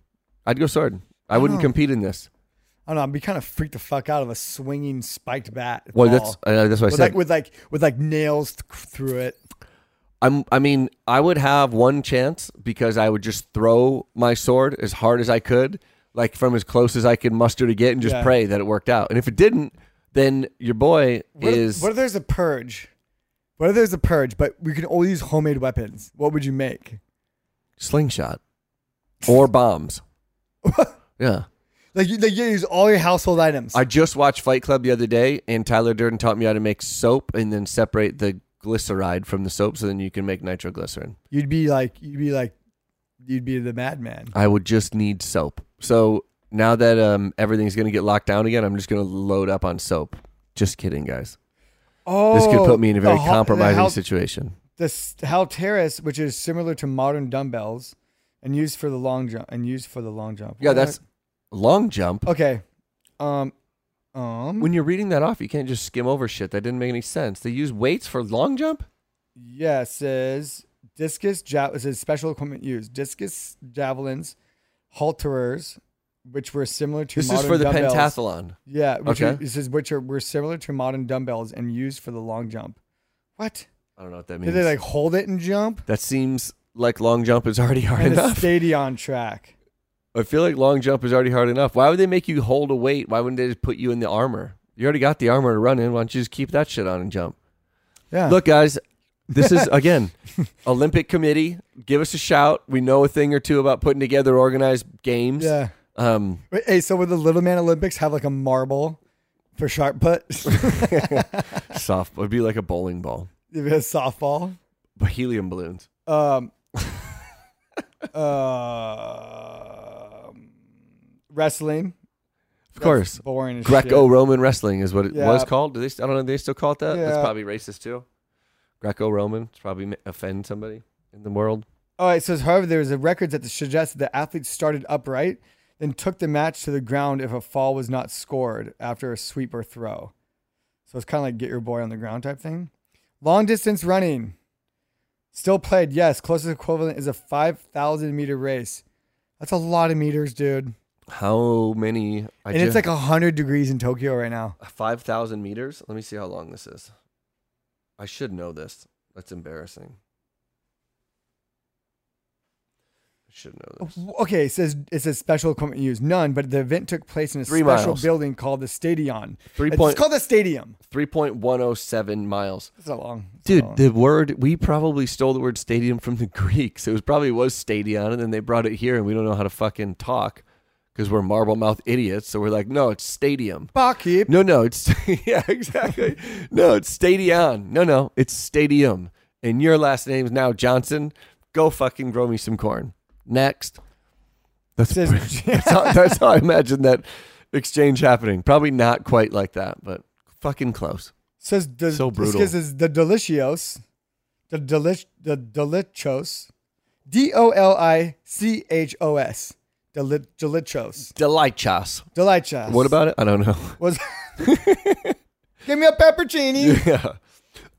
I'd go sword. I wouldn't
Oh.
compete in this.
I don't know. I'd be kind of freaked the fuck out of a swinging spiked bat.
Well,
ball.
that's- uh, that's what I
with
said.
Like, with like with like nails th- through it.
I'm. I mean, I would have one chance because I would just throw my sword as hard as I could, like from as close as I could muster to get, and just
Yeah.
pray that it worked out. And if it didn't, then your boy
What if-
is
what if there's a purge? What if there's a purge, but we can only use homemade weapons? What would you make?
slingshot or bombs. yeah.
Like you, like you use all your household items.
I just watched Fight Club the other day, and Tyler Durden taught me how to make soap and then separate the glyceride from the soap, so then you can make nitroglycerin.
you'd be like you'd be like you'd be the madman.
I would just need soap. So now that um, everything's going to get locked down again, I'm just going to load up on soap. Just kidding, guys.
Oh,
this could put me in a
the
very
ho- the
compromising
hal-
situation.
This halteris, which is similar to modern dumbbells, and used for the long jump, and used for the long jump.
Yeah,
What?
that's long jump.
okay. Um, um,
When you're reading that off, you can't just skim over shit. That didn't make any sense. They use weights for long jump?
yeah, it says discus ja- it says special equipment used discus javelins, halterers, which were similar to
This is
modern
for the
dumbbells.
pentathlon.
Yeah, which
Okay.
are, it says which are were similar to modern dumbbells and used for the long jump. What?
I don't know what that
Did
means.
they like hold it and jump?
that seems like long jump is already hard
and a
enough.
stadion track.
I feel like long jump is already hard enough. Why would they make you hold a weight? Why wouldn't they just put you in the armor? You already got the armor to run in. Why don't you just keep that shit on and jump?
Yeah.
Look, guys, this is again Olympic Committee. Give us a shout. We know a thing or two about putting together organized games.
Yeah.
Um,
Wait, hey, so would the Little Man Olympics have like a marble for sharp put?
soft. It'd be like a bowling ball,
It'd be a softball.
but helium balloons.
Um, um, wrestling.
Of course.
boring as shit.
Greco-Roman wrestling is what it was
Yeah.
called. Do they? st- I don't know. Do they still call it that? That's
Yeah.
probably racist too. Greco-Roman. It's probably ma- offend somebody in the world.
All right. So, however, there is a record that suggests that the athlete started upright, then took the match to the ground if a fall was not scored after a sweep or throw. So it's kind of like get your boy on the ground type thing. Long distance running, still played. Yes, closest equivalent is a five thousand meter race. That's a lot of meters, dude.
How many? I
and it's like hundred degrees in Tokyo right now.
five thousand meters. Let me see how long this is. I should know this. That's embarrassing. I should know this.
Okay, it says it says special equipment used. None, but the event took place in a
Three
special
miles.
building called the Stadion.
Three
it's
point-
called the Stadium.
Three point one oh seven miles.
It's not long. It's not long.
Dude, the word we probably stole the word stadium from the Greeks. It was probably was stadion, and then they brought it here, and we don't know how to fucking talk because we're marble mouth idiots. So we're like, no, it's stadium.
Barkeep.
No, no, it's yeah, exactly. no, it's stadion. No, no, it's stadium. And your last name's now Johnson. Go fucking grow me some corn. Next. That's
Says-
that's, how, that's how I imagine that exchange happening. Probably not quite like that, but fucking close.
Says the,
So brutal.
This is the delicios, the delish, the delichos, D O L I C H O S, Deli- delichos,
Delight chas.
delichos.
What about it? I don't know.
Was, give me a peppercini.
yeah.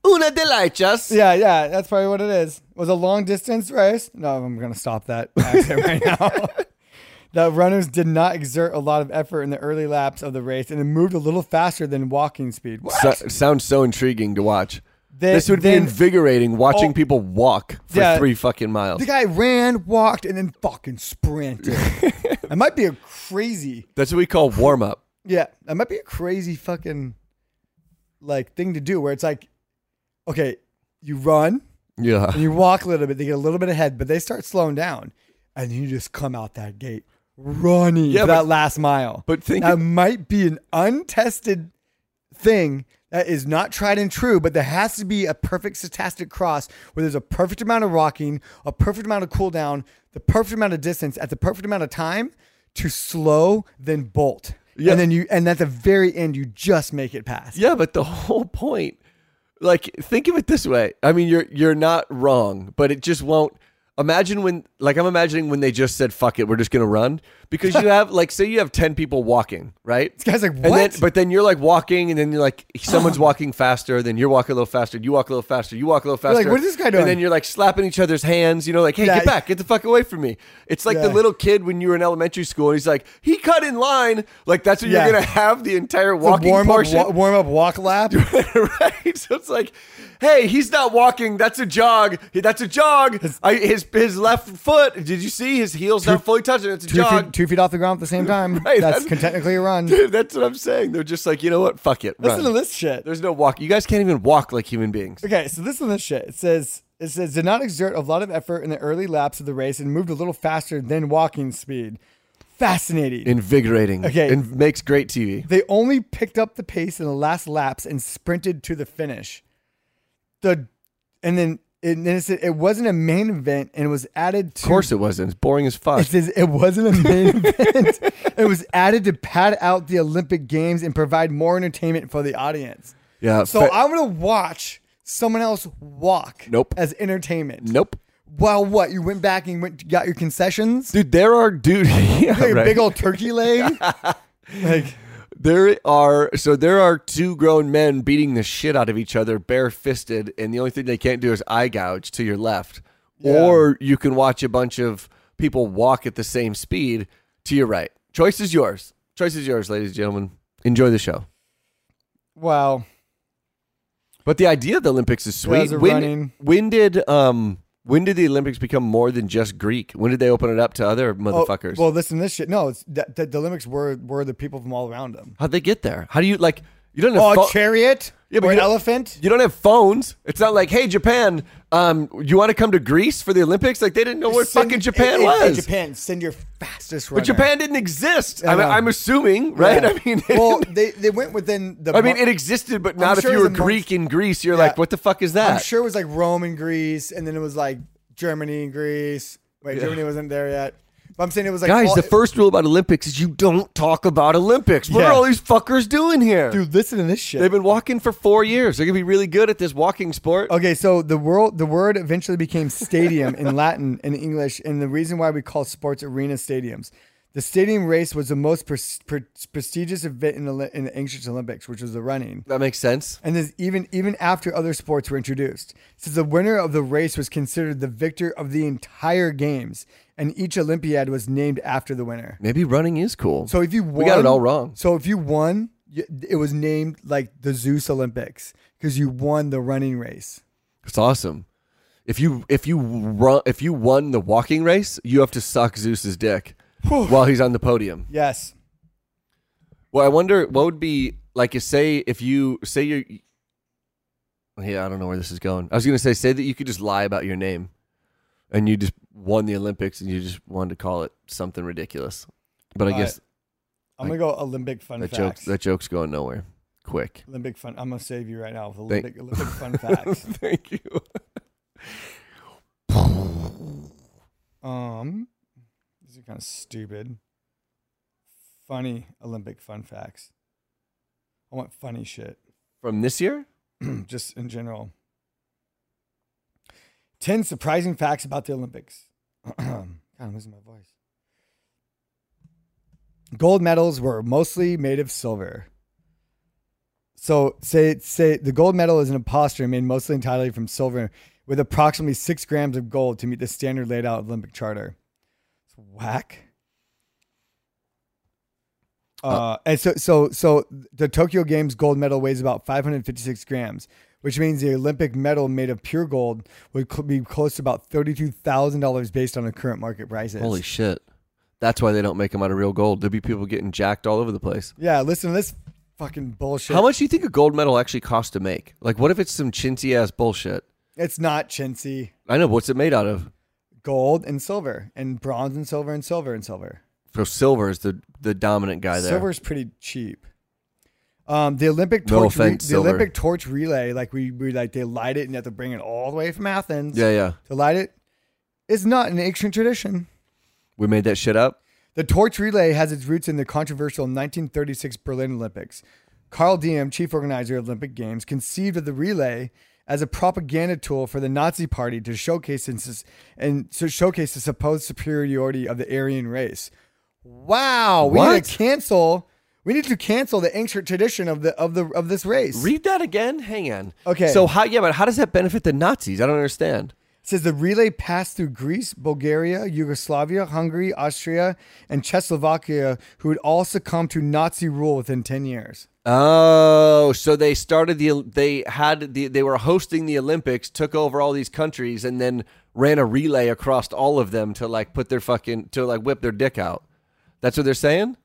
Una delight chas.
yeah, yeah, that's probably what it is. Was a long distance race. No, I'm gonna stop that accent right now. The runners did not exert a lot of effort in the early laps of the race, and it moved a little faster than walking speed. What?
So, sounds so intriguing to watch.
Then-
this would
then-
be invigorating watching
Oh.
people walk for
Yeah.
three fucking miles.
The guy ran, walked, and then fucking sprinted. that might be a crazy,
That's what we call warm up.
yeah, that might be a crazy fucking like thing to do where it's like, okay, you run
Yeah.
and you walk a little bit, they get a little bit ahead, but they start slowing down, and you just come out that gate running
Yeah,
for
but-
that last mile.
but think
that
of-
might be an untested thing that is not tried and true, but there has to be a perfect statistic cross where there's a perfect amount of rocking, a perfect amount of cool down, the perfect amount of distance at the perfect amount of time to slow then bolt.
Yeah.
And then you and at the very end you just make it past.
Yeah, but the whole point, like, think of it this way. I mean, you're you're not wrong, but it just won't. Imagine when, like, I'm imagining when they just said, fuck it, we're just going to run. Because you have, like, say you have 10 people walking, right? This
guy's like,
And then,
"What?" Oh.
but then you're like walking, and then you're like, someone's walking faster, then you're walking a little faster, you walk a little faster, you walk a little
You're
faster.
like, "What is this guy doing?"
And then you're like slapping each other's hands, you know, like, hey,
Yeah.
get back, get the fuck away from me. It's like the
Yeah.
little kid when you were in elementary school, and he's like, he cut in line. Like, that's what
Yeah.
you're going to have the entire
It's a
walking
warm
portion.
up, wa- warm up walk lap.
right? So it's like, hey, he's not walking. That's a jog. He- That's a jog. I, his his left foot. Did you see his heels not fully touching? It's a
two
jog.
feet, two feet off the ground at the same time.
Right,
that's,
that's-
technically a run.
Dude, that's what I'm saying. They're just like, you know what? Fuck it.
Listen
run.
to this shit.
There's no walk. You guys can't even walk like human beings.
Okay, so this is this shit. It says it says did not exert a lot of effort in the early laps of the race and moved a little faster than walking speed. Fascinating.
Invigorating.
Okay.
And makes great TV.
they only picked up the pace in the last laps and sprinted to the finish. The and then it, then it said it wasn't a main event and it was added to
Of course it wasn't. It's boring as fuck.
It says it wasn't a main event. It was added to pad out the Olympic Games and provide more entertainment for the audience.
Yeah.
So
fa-
I'm gonna watch someone else walk.
Nope.
As entertainment.
Nope.
Well, what you went back and went got your concessions?
Dude, there are dude. yeah,
Like a
right.
big old turkey leg. like
There are so there are two grown men beating the shit out of each other barefisted, and the only thing they can't do is eye gouge to your left. Or you can watch a bunch of people walk at the same speed to your right. Choice is yours. Choice is yours, ladies and gentlemen. Enjoy the show.
wow.
But the idea of the Olympics is sweet.
Guys are
When,
running.
when did um when did the Olympics become more than just Greek? When did they open it up to other
Oh,
motherfuckers?
well, listen, to this shit. No, it's that the, the Olympics were were the people from all around them.
How'd they get there? How do you like you don't have
Oh, a
pho-
chariot.
Yeah, but
or
you
an
don't-
elephant.
You don't have phones. It's not like, hey, Japan, um, you want to come to Greece for the Olympics? Like they didn't know where
Send-
fucking Japan
in- in- in
was.
Japan, send your fastest runner.
but Japan didn't exist.
I
I mean,
know.
I'm assuming, right?
Yeah.
I mean, they
well,
didn't-
they, they went within the.
I mean,
mo-
it existed, but
I'm
not
sure
if
it
you were
was amongst-
Greek in Greece. You're
Yeah.
like, what the fuck is that?
I'm sure it was like Rome and Greece, and then it was like Germany and Greece. Wait,
Yeah.
Germany wasn't there yet. But I'm saying it was like
Guys,
all-
the first rule about Olympics is you don't talk about Olympics. What
Yeah.
are all these fuckers doing here?
dude. Listen to this shit.
They've been walking for four years. They're gonna be really good at this walking sport.
Okay, so the world the word eventually became stadium in Latin and English, and the reason why we call sports arena stadiums. The stadium race was the most pres- pre- prestigious event in the, li- in the ancient Olympics, which was the running.
That makes sense.
And this even even after other sports were introduced, since the winner of the race was considered the victor of the entire games, and each Olympiad was named after the winner.
Maybe running is cool.
So if you won,
we got it all wrong.
So if you won, you, it was named like the Zeus Olympics because you won the running race.
It's awesome. If you if you run if you won the walking race, you have to suck Zeus's dick while he's on the podium.
Yes.
Well, I wonder what would be like. If, say if you say you. Yeah, I don't know where this is going. I was gonna say say that you could just lie about your name, and you just won the Olympics, and you just wanted to call it something ridiculous. But I
All
guess
I'm gonna go Olympic fun
that joke
facts.
that joke's going nowhere. Quick.
Olympic fun. I'm gonna save you right now with
Thank-
Olympic Olympic fun facts.
Thank you.
Um, these are kind of stupid. Funny Olympic fun facts. I want funny shit,
From this year,
just in general. 10 surprising facts about the Olympics. God, I'm losing my voice. Gold medals were mostly made of silver. So say say the gold medal is an imposter made mostly entirely from silver with approximately six grams of gold to meet the standard laid out Olympic charter. It's whack. Uh, and so so so the Tokyo Games gold medal weighs about 556 grams, which means the Olympic medal made of pure gold would cl- be close to about thirty-two thousand dollars based on the current market prices.
holy shit! That's why they don't make them out of real gold. There'd be people getting jacked all over the place.
yeah, listen to this fucking bullshit.
How much do you think a gold medal actually costs to make? Like, what if it's some chintzy ass bullshit?
It's not chintzy.
I know. but What's it made out of?
Gold and silver, and bronze and silver, and silver and silver.
So silver is the the dominant guy there.
Silver's pretty cheap. Um, the Olympic
No
torch,
offense,
the
silver.
Olympic torch relay, like we, we like they light it and you have to bring it all the way from Athens.
Yeah, yeah.
To light it is not an ancient tradition.
We made that shit up.
The torch relay has its roots in the controversial 1936 Berlin Olympics. Carl Diem, chief organizer of Olympic Games, conceived of the relay as a propaganda tool for the Nazi Party to showcase and, s- and to showcase the supposed superiority of the Aryan race. Wow, we need
What?
to cancel. We need to cancel the ancient tradition of the of the of this race.
Read that again. Hang on.
Okay.
So how? Yeah, but how does that benefit the Nazis? I don't understand.
It says the relay passed through Greece, Bulgaria, Yugoslavia, Hungary, Austria, and Czechoslovakia, who would all succumb to Nazi rule within 10 years.
Oh, so they started the they had the they were hosting the Olympics, took over all these countries, and then ran a relay across all of them to like put their fucking to like whip their dick out. That's what they're saying.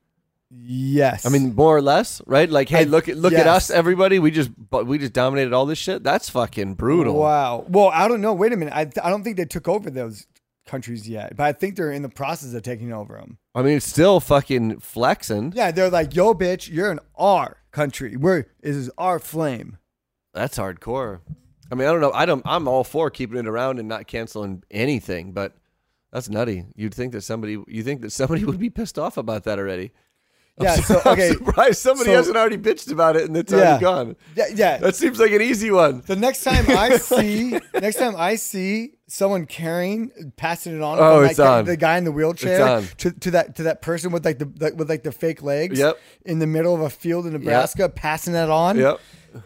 Yes.
I mean, more or less, right? Like, hey,
I-
look at look
yes.
at us, everybody. We just but we just dominated all this shit. That's fucking brutal.
Wow. Well, I don't know. Wait a minute. I, I don't think they took over those countries yet, but I think they're in the process of taking over them.
I mean, it's still fucking flexing.
Yeah, they're like, yo, bitch, you're an R country. We're, this is our flame.
That's hardcore. I mean, I don't know. I don't. I'm all for keeping it around and not canceling anything, but that's nutty. You'd think that somebody. You think that somebody would be pissed off about that already. I'm
Yeah,
su-
so,
I'm
okay,
surprised somebody
so-
hasn't already bitched about it and it's
Yeah.
already gone.
Yeah, yeah.
That seems like an easy one.
The next time I see, next time I see someone carrying, passing it on,
Oh,
from,
it's
like,
on.
the guy in the wheelchair
on.
to, to that to that person with like the like, with like the fake legs,
Yep.
in the middle of a field in Nebraska, passing that on,
Yep.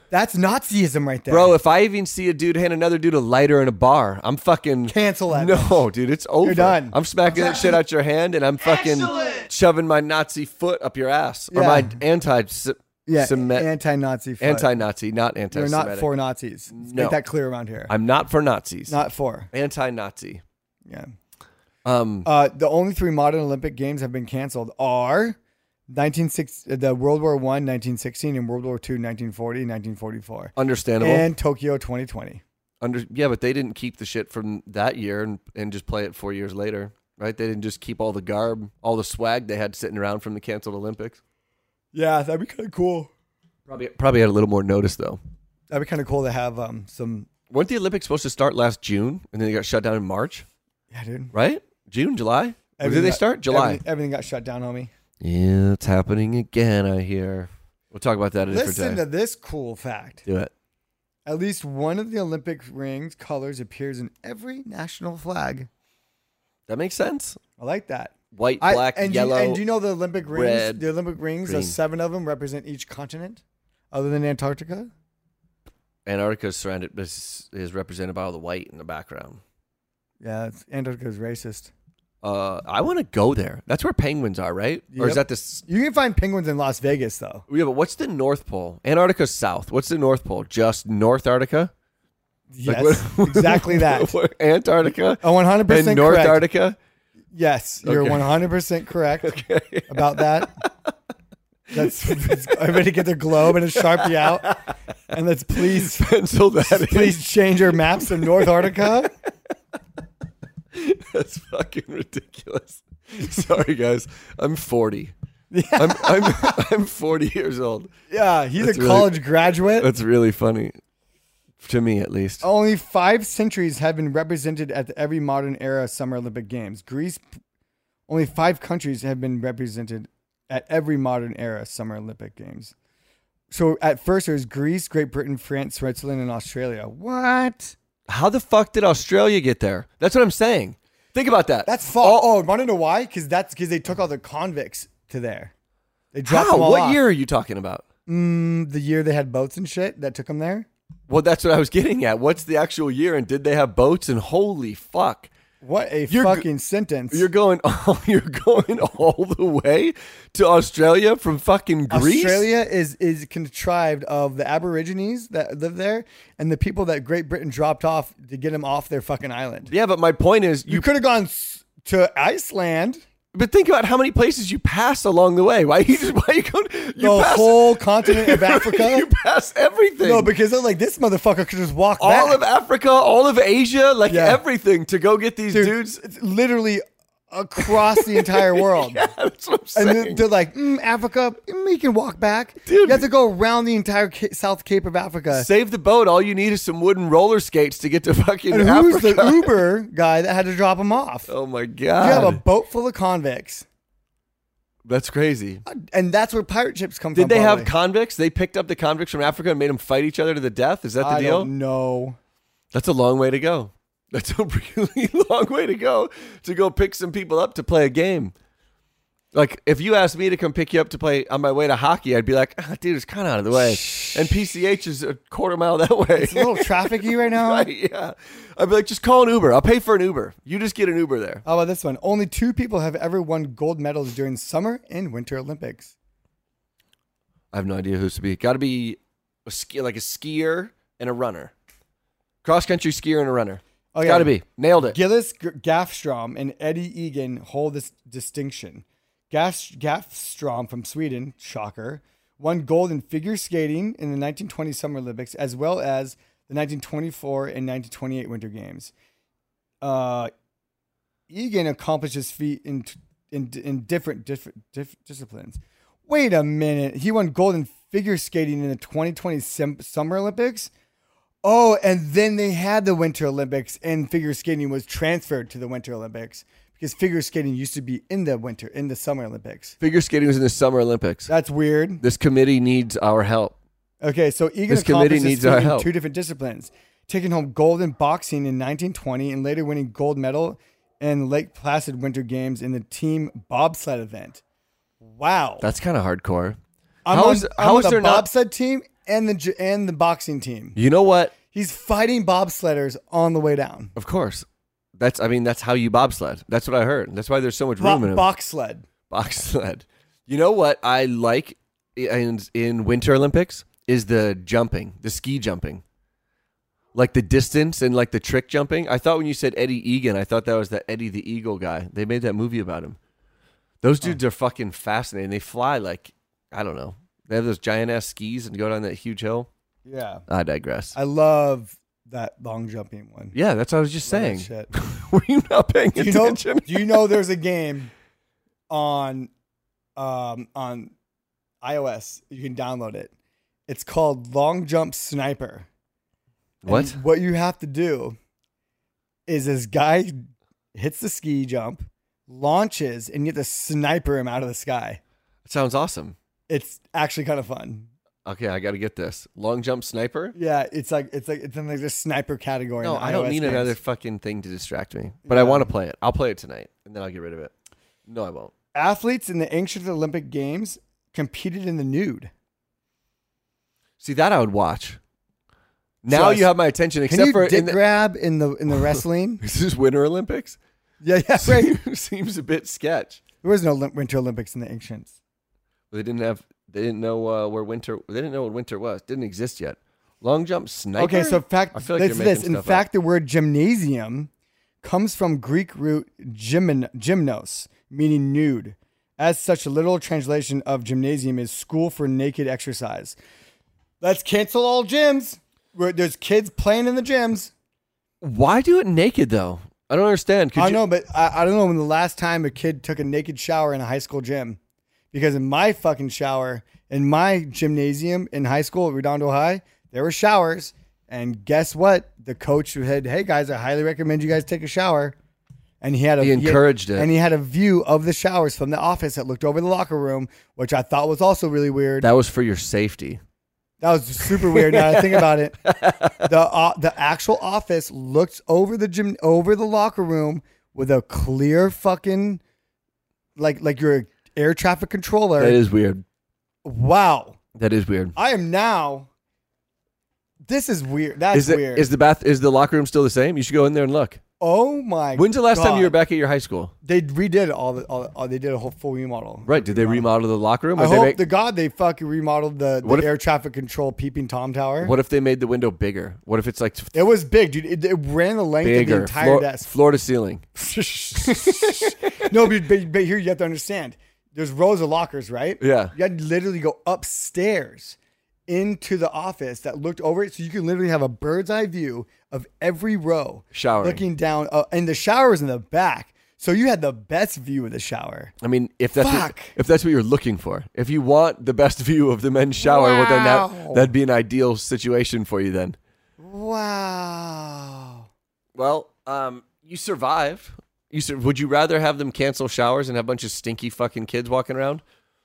that's Nazism right there,
Bro, if I even see a dude hand another dude a lighter in a bar, I'm fucking
Cancel that
No, dude, it's over.
done.
I'm smacking that shit out your hand, and I'm fucking
Excellent.
shoving my Nazi foot up your ass or
Yeah.
my anti
Yeah,
Semitic
anti-Nazi, foot.
anti-Nazi, not anti.
You're not for Nazis. Let's
No.
Make that clear around here.
I'm not for Nazis.
not for.
anti-Nazi.
Yeah.
Um,
Uh, the only three modern Olympic games have been canceled are 1960, the World War One, 1916, and World War Two, 1940, 1944,
understandable.
and Tokyo 2020.
Under yeah, but they didn't keep the shit from that year and and just play it four years later, right? They didn't just keep all the garb, all the swag they had sitting around from the canceled Olympics.
Yeah, that'd be kind of cool.
Probably probably had a little more notice though.
That'd be kind of cool to have um some.
Weren't the Olympics supposed to start last June and then they got shut down in March,
Yeah, dude.
right? June, July? Or
Everything
did they
got-
start? July.
Everything, everything got shut down, homie.
Yeah, it's happening again, I hear. We'll talk about that a different
Listen
time.
to this cool fact.
Do it.
At least one of the Olympic rings colors appears in every national flag.
That makes sense.
I like that.
White,
I-
black,
and do you-
yellow.
and do you know the Olympic rings?
red,
the Olympic rings,
green.
there's seven of them represent each continent, other than Antarctica.
Antarctica is surrounded is, is represented by all the white in the background.
Yeah, it's, Antarctica's racist.
Uh, I want to go there. That's where penguins are, right? Or
Yep.
is that this?
You can find penguins in Las Vegas, though.
Yeah, but what's the North Pole? Antarctica's south. What's the North Pole? Just North Antarctica?
Yes, exactly that.
Antarctica.
Oh, 100%
And North
correct.
Antarctica.
Yes, you're
Okay.
100% correct about that. That's everybody get their globe and a sharpie out, and let's please
Pencil that in.
please change your maps to North Antarctica.
That's fucking ridiculous. Sorry, guys. I'm 40. I'm, I'm, I'm 40 years old.
Yeah, he's
That's
a
really-
college graduate.
That's really funny. To me, at least.
Only five centuries have been represented at the every modern era Summer Olympic Games. Greece, only five countries have been represented at every modern era Summer Olympic Games. So at first it was Greece, Great Britain, France, Switzerland, and Australia. What?
How the fuck did Australia get there? That's what I'm saying. Think about that.
That's far. Oh, want to know why? Because that's because they took all the convicts to there. They dropped
How?
them all
What
off.
year are you talking about?
Mm, the year they had boats and shit that took them there.
Well, that's what I was getting at. What's the actual year? And did they have boats? And holy fuck,
What a
You're g-
fucking sentence.
you're going all you're going all the way to Australia from fucking Greece.
Australia is is contrived of the Aborigines that live there and the people that Great Britain dropped off to get them off their fucking island.
Yeah, but my point is,
You
you.
could have gone s- to Iceland,
But think about how many places you pass along the way. Why you just why you going? You
the
pass,
whole continent of Africa.
you pass everything.
no, because they're like this motherfucker could just walk
all
back.
of Africa, all of Asia, like
Yeah.
everything, to go get these
Dude,
dudes.
it's literally across the entire world.
Yeah, that's what I'm
And
saying.
they're- they're like, mm, Africa, mm, you can walk back.
Dude.
You have to go around the entire Ca- South Cape of Africa.
Save the boat. All you need is some wooden roller skates to get to fucking
and who's
Africa.
the Uber guy that had to drop him off?
Oh my
You have a
god!
boat full of convicts.
That's crazy.
And that's where pirate ships come
Did
from.
they have
probably.
convicts? They picked up the convicts from Africa and made them fight each other to the death. Is that the
I
deal?
No.
That's a long way to go. That's a really long way to go to go pick some people up to play a game. Like if you asked me to come pick you up to play on my way to hockey, I'd be like, ah, dude, it's kind of out of the way. And PCH is a quarter mile that way.
It's a little trafficky right now.
Right, yeah. I'd be like, just call an Uber. I'll pay for an Uber. You just get an Uber there.
How about this one? Only two people have ever won gold medals during summer and winter Olympics.
I have no idea who's to be. Got to be a ski, like a skier and a runner, cross country skier and a runner.
Oh, yeah.
Got to be nailed it.
Gillis G- Gaffstrom and Eddie Egan hold this distinction. Gaff- Gaffstrom from Sweden, shocker, won gold in figure skating in the 1920 Summer Olympics as well as the 1924 and 1928 Winter Games. Uh, Egan accomplished his feat in t- in, in different different diff- disciplines. Wait a minute, he won gold in figure skating in the 2020 Sim- Summer Olympics. Oh, and then they had the Winter Olympics, and figure skating was transferred to the Winter Olympics because figure skating used to be in the winter, in the Summer Olympics.
Figure skating was in the Summer Olympics.
That's weird.
This committee needs our help.
Okay, so Egan
This committee
accomplished
needs
needs
our
in
help.
two different disciplines, taking home gold in boxing in 1920 and later winning gold medal in Lake Placid Winter Games in the team bobsled event. Wow.
That's kind of hardcore.
I'm
How
on,
is-
I'm
how
on
is
the
there not-
bobsled team and the j- and the boxing team.
You know what?
He's fighting bobsledders on the way down.
Of course. That's I mean that's how you bobsled. That's what I heard. That's why there's so much room in
Bo-
them.
box sled.
box sled. You know what I like in in Winter Olympics is the jumping, the ski jumping. Like the distance and like the trick jumping. I thought when you said Eddie Egan, I thought that was that Eddie the Eagle guy. They made that movie about him. Those dudes are fucking fascinating. They fly like I don't know. They have those giant ass skis and go down that huge hill.
Yeah.
I digress.
I love that long jumping one.
yeah, that's what I was just
Love that
saying.
shit.
Were you not paying
Do you know,
attention?
do you know there's a game on um on iOS. You can download it. It's called Long Jump Sniper. And
What?
what you have to do is this guy hits the ski jump, launches, and you have to sniper him out of the sky.
That sounds awesome.
It's actually kind of fun.
Okay, I got to get this. Long jump sniper?
Yeah, it's like it's like it's in like the sniper category.
No,
in
I don't
iOS
need
games.
another fucking thing to distract me. But I
Yeah.
want to play it. I'll play it tonight and then I'll get rid of it. No, I won't.
athletes in the ancient Olympic Games competed in the nude.
See, that I would watch. Now
I
you
s-
have my attention
Can
except
you
for
dick
in the,
grab in the in the wrestling?
Is this Winter Olympics?
yeah, yeah, right.
Seems a bit sketch.
There was no Olymp- Winter Olympics in the ancients.
They didn't have they didn't know uh, where winter they didn't know what winter was. Didn't exist yet. Long jump sniper.
Okay, so fact
I feel like
this,
you're making
this in
stuff up.
fact the word gymnasium comes from Greek root gymn- gymnos, meaning nude. As such, a literal translation of gymnasium is school for naked exercise. Let's cancel all gyms. Where there's kids playing in the gyms.
why do it naked though? I don't understand. Could
I
you-
know, but I, I don't know when the last time a kid took a naked shower in a high school gym. Because in my fucking shower, in my gymnasium in high school at Redondo High, there were showers. And guess what? The coach said, Hey guys, I highly recommend you guys take a shower. And he had a
He encouraged it.
And he had a view of the showers from the office that looked over the locker room, which I thought was also really weird.
that was for your safety.
That was super weird. Now that I think about it, the uh, the actual office looked over the gym, over the locker room with a clear fucking, like like you're an air traffic controller.
That is weird.
wow,
That is weird.
I am now. This is weird. That's
Is it
weird.
is the bath is the locker room still the same? You should go in there and look.
oh my!
When's the last time you were
God.
back at your high school?
They redid all the all, the- all they did a whole full remodel.
Right? Did they remodel the locker room?
I
Or they
hope
make-
to God they fucking remodeled the, the
What if-
air traffic control peeping tom tower.
what if they made the window bigger? What if it's like
it was big, dude. It, it ran the length of the
bigger,
entire
floor,
desk.
floor to ceiling?
no, but, but, but here you have to understand. There's rows of lockers, right?
Yeah.
You had to literally go upstairs into the office that looked over it, so you can literally have a bird's eye view of every row.
Showering.
Looking down, uh, and the shower was in the back, so you had the best view of the shower.
I mean, if that's what,
Fuck.
if that's what you're looking for, if you want the best view of the men's shower, well then that
Wow.
that'd be an ideal situation for you then.
Wow.
Well, um, you survive. You said, would you rather have them cancel showers and have a bunch of stinky fucking kids walking around?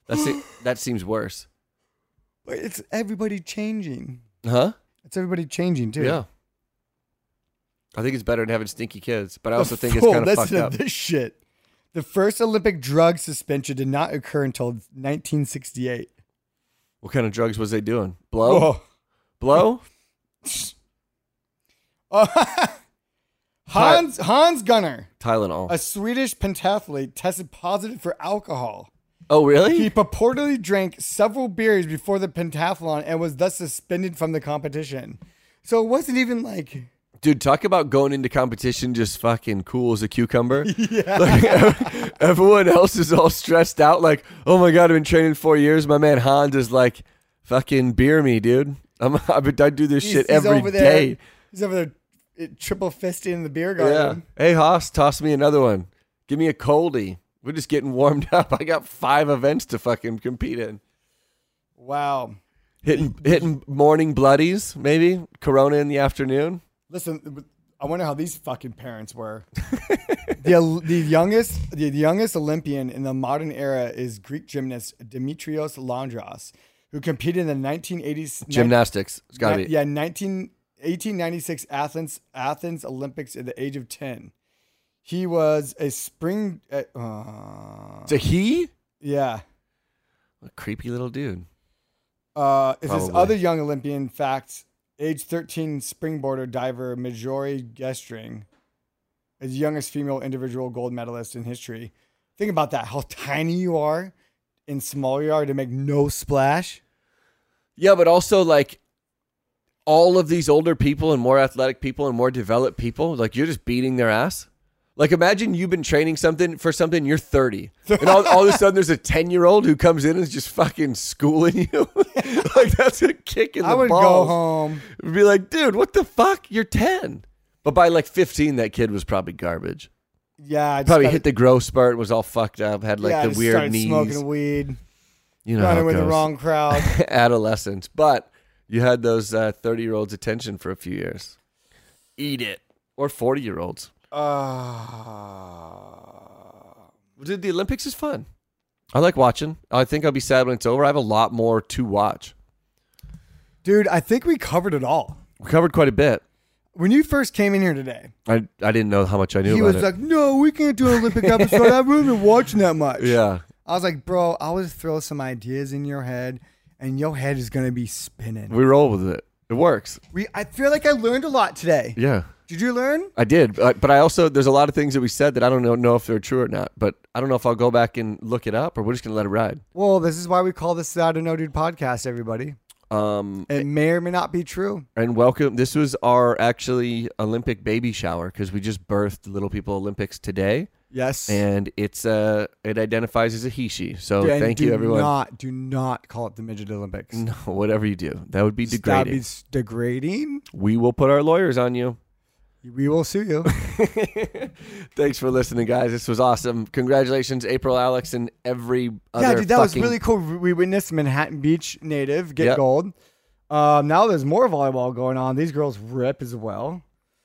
That se- that seems worse,
But it's everybody changing.
huh?
It's everybody changing too.
Yeah. I think it's better than having stinky kids, but I
The
also think it's
full-
kind of
listen
fucked
to
up.
This shit. The first Olympic drug suspension did not occur until 1968.
What kind of drugs was they doing? Blow,
Whoa.
blow.
Hans Hans Gunnar,
Tylenol.
a Swedish pentathlete, tested positive for alcohol.
oh, really?
He purportedly drank several beers before the pentathlon and was thus suspended from the competition. So it wasn't even like
Dude, talk about going into competition just fucking cool as a cucumber.
Yeah.
Like, ev- everyone else is all stressed out, like, oh my God, I've been training four years. My man Hans is like, fucking beer me, dude. I'm, I, I do this
he's,
shit
he's
every
over
day.
there, He's over there uh, triple fisting in the beer
Yeah.
garden.
Hey, Haas, toss me another one. Give me a coldie. We're just getting warmed up. I got five events to fucking compete in.
Wow.
Hitting, hitting morning bloodies, maybe Corona in the afternoon.
Listen, I wonder how these fucking parents were. the the youngest the youngest Olympian in the modern era is Greek gymnast Dimitrios Landras, who competed in the 1980s
Gymnastics. It's gotta
ni-
be.
Yeah, 19 1896 Athens Athens Olympics at the age of 10. He was a spring uh, uh,
It's a he?
yeah.
A creepy little dude.
Uh, is this
Probably.
other young Olympian fact? Age 13 springboarder diver Majori Gestring is the youngest female individual gold medalist in history. Think about that how tiny you are and small you are to make no splash.
Yeah, but also like all of these older people and more athletic people and more developed people, like you're just beating their ass. Like imagine you've been training something for something, you're 30. And all, all of a sudden there's a 10 year old who comes in and is just fucking schooling you. like that's a kick in the
I would
balls.
go home.
It'd be like, dude, what the fuck? You're 10. But by like 15, that kid was probably garbage.
Yeah, I just
Probably
started-
hit the growth spurt, was all fucked up, had like
yeah, I
the
just
weird
started
knees. Oh,
smoking weed,
you know, how
running
it
with the
goes.
wrong crowd.
adolescence, but you had those thirty year olds' attention for a few years. Eat it, or forty year olds.
Uh,
Dude, the Olympics is fun. I like watching. I think I'll be sad when it's over. I have a lot more to watch.
dude, I think we covered it all.
We covered quite a bit.
When you first came in here today,
I I didn't know how much I knew
he
about
was
it.
like, "No, we can't do an Olympic episode. I haven't been watching that much."
yeah,
I was like, "Bro, I was throw some ideas in your head, and your head is gonna be spinning."
we roll with it. It works.
We, I feel like I learned a lot today.
Yeah,
Did you learn?
I did. Uh, But, but I also there's a lot of things that we said that I don't know, know if they're true or not. But I don't know if I'll go back and look it up, or we're just gonna let it ride.
Well, this is why we call this the "I Don't Know Dude" podcast. Everybody,
Um,
it may or may not be true.
and welcome. This was our actually Olympic baby shower because we just birthed Little People Olympics today,
Yes.
and it's uh it identifies as a he she. So
And
thank
do
you everyone.
Not, do not call it the midget Olympics.
no, whatever you do, that would be
That'd
degrading.
be s- degrading.
we will put our lawyers on you.
We will sue you.
Thanks for listening, guys. This was awesome. Congratulations, April, Alex, and every other.
yeah, dude, that was
fucking-
really cool. We witnessed Manhattan Beach native get
Yep.
gold. Um, now there's more volleyball going on. These girls rip as well.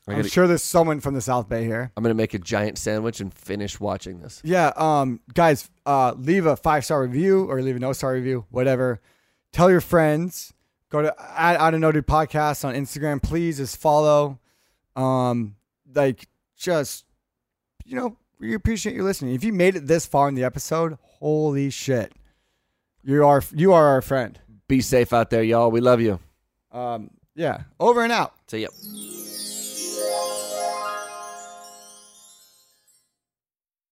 I
I'm
gotta-
sure there's someone from the South Bay here.
I'm gonna make a giant sandwich and finish watching this.
Yeah, um, guys, uh, leave a five star review or leave a no star review, whatever. Tell your friends. Go to at I don't know dude podcast on Instagram. Please just follow. Um, like just you know, we appreciate you listening. If you made it this far in the episode, holy shit, you are you are our friend.
Be safe out there, y'all. We love you.
Um, yeah, over and out.
See ya.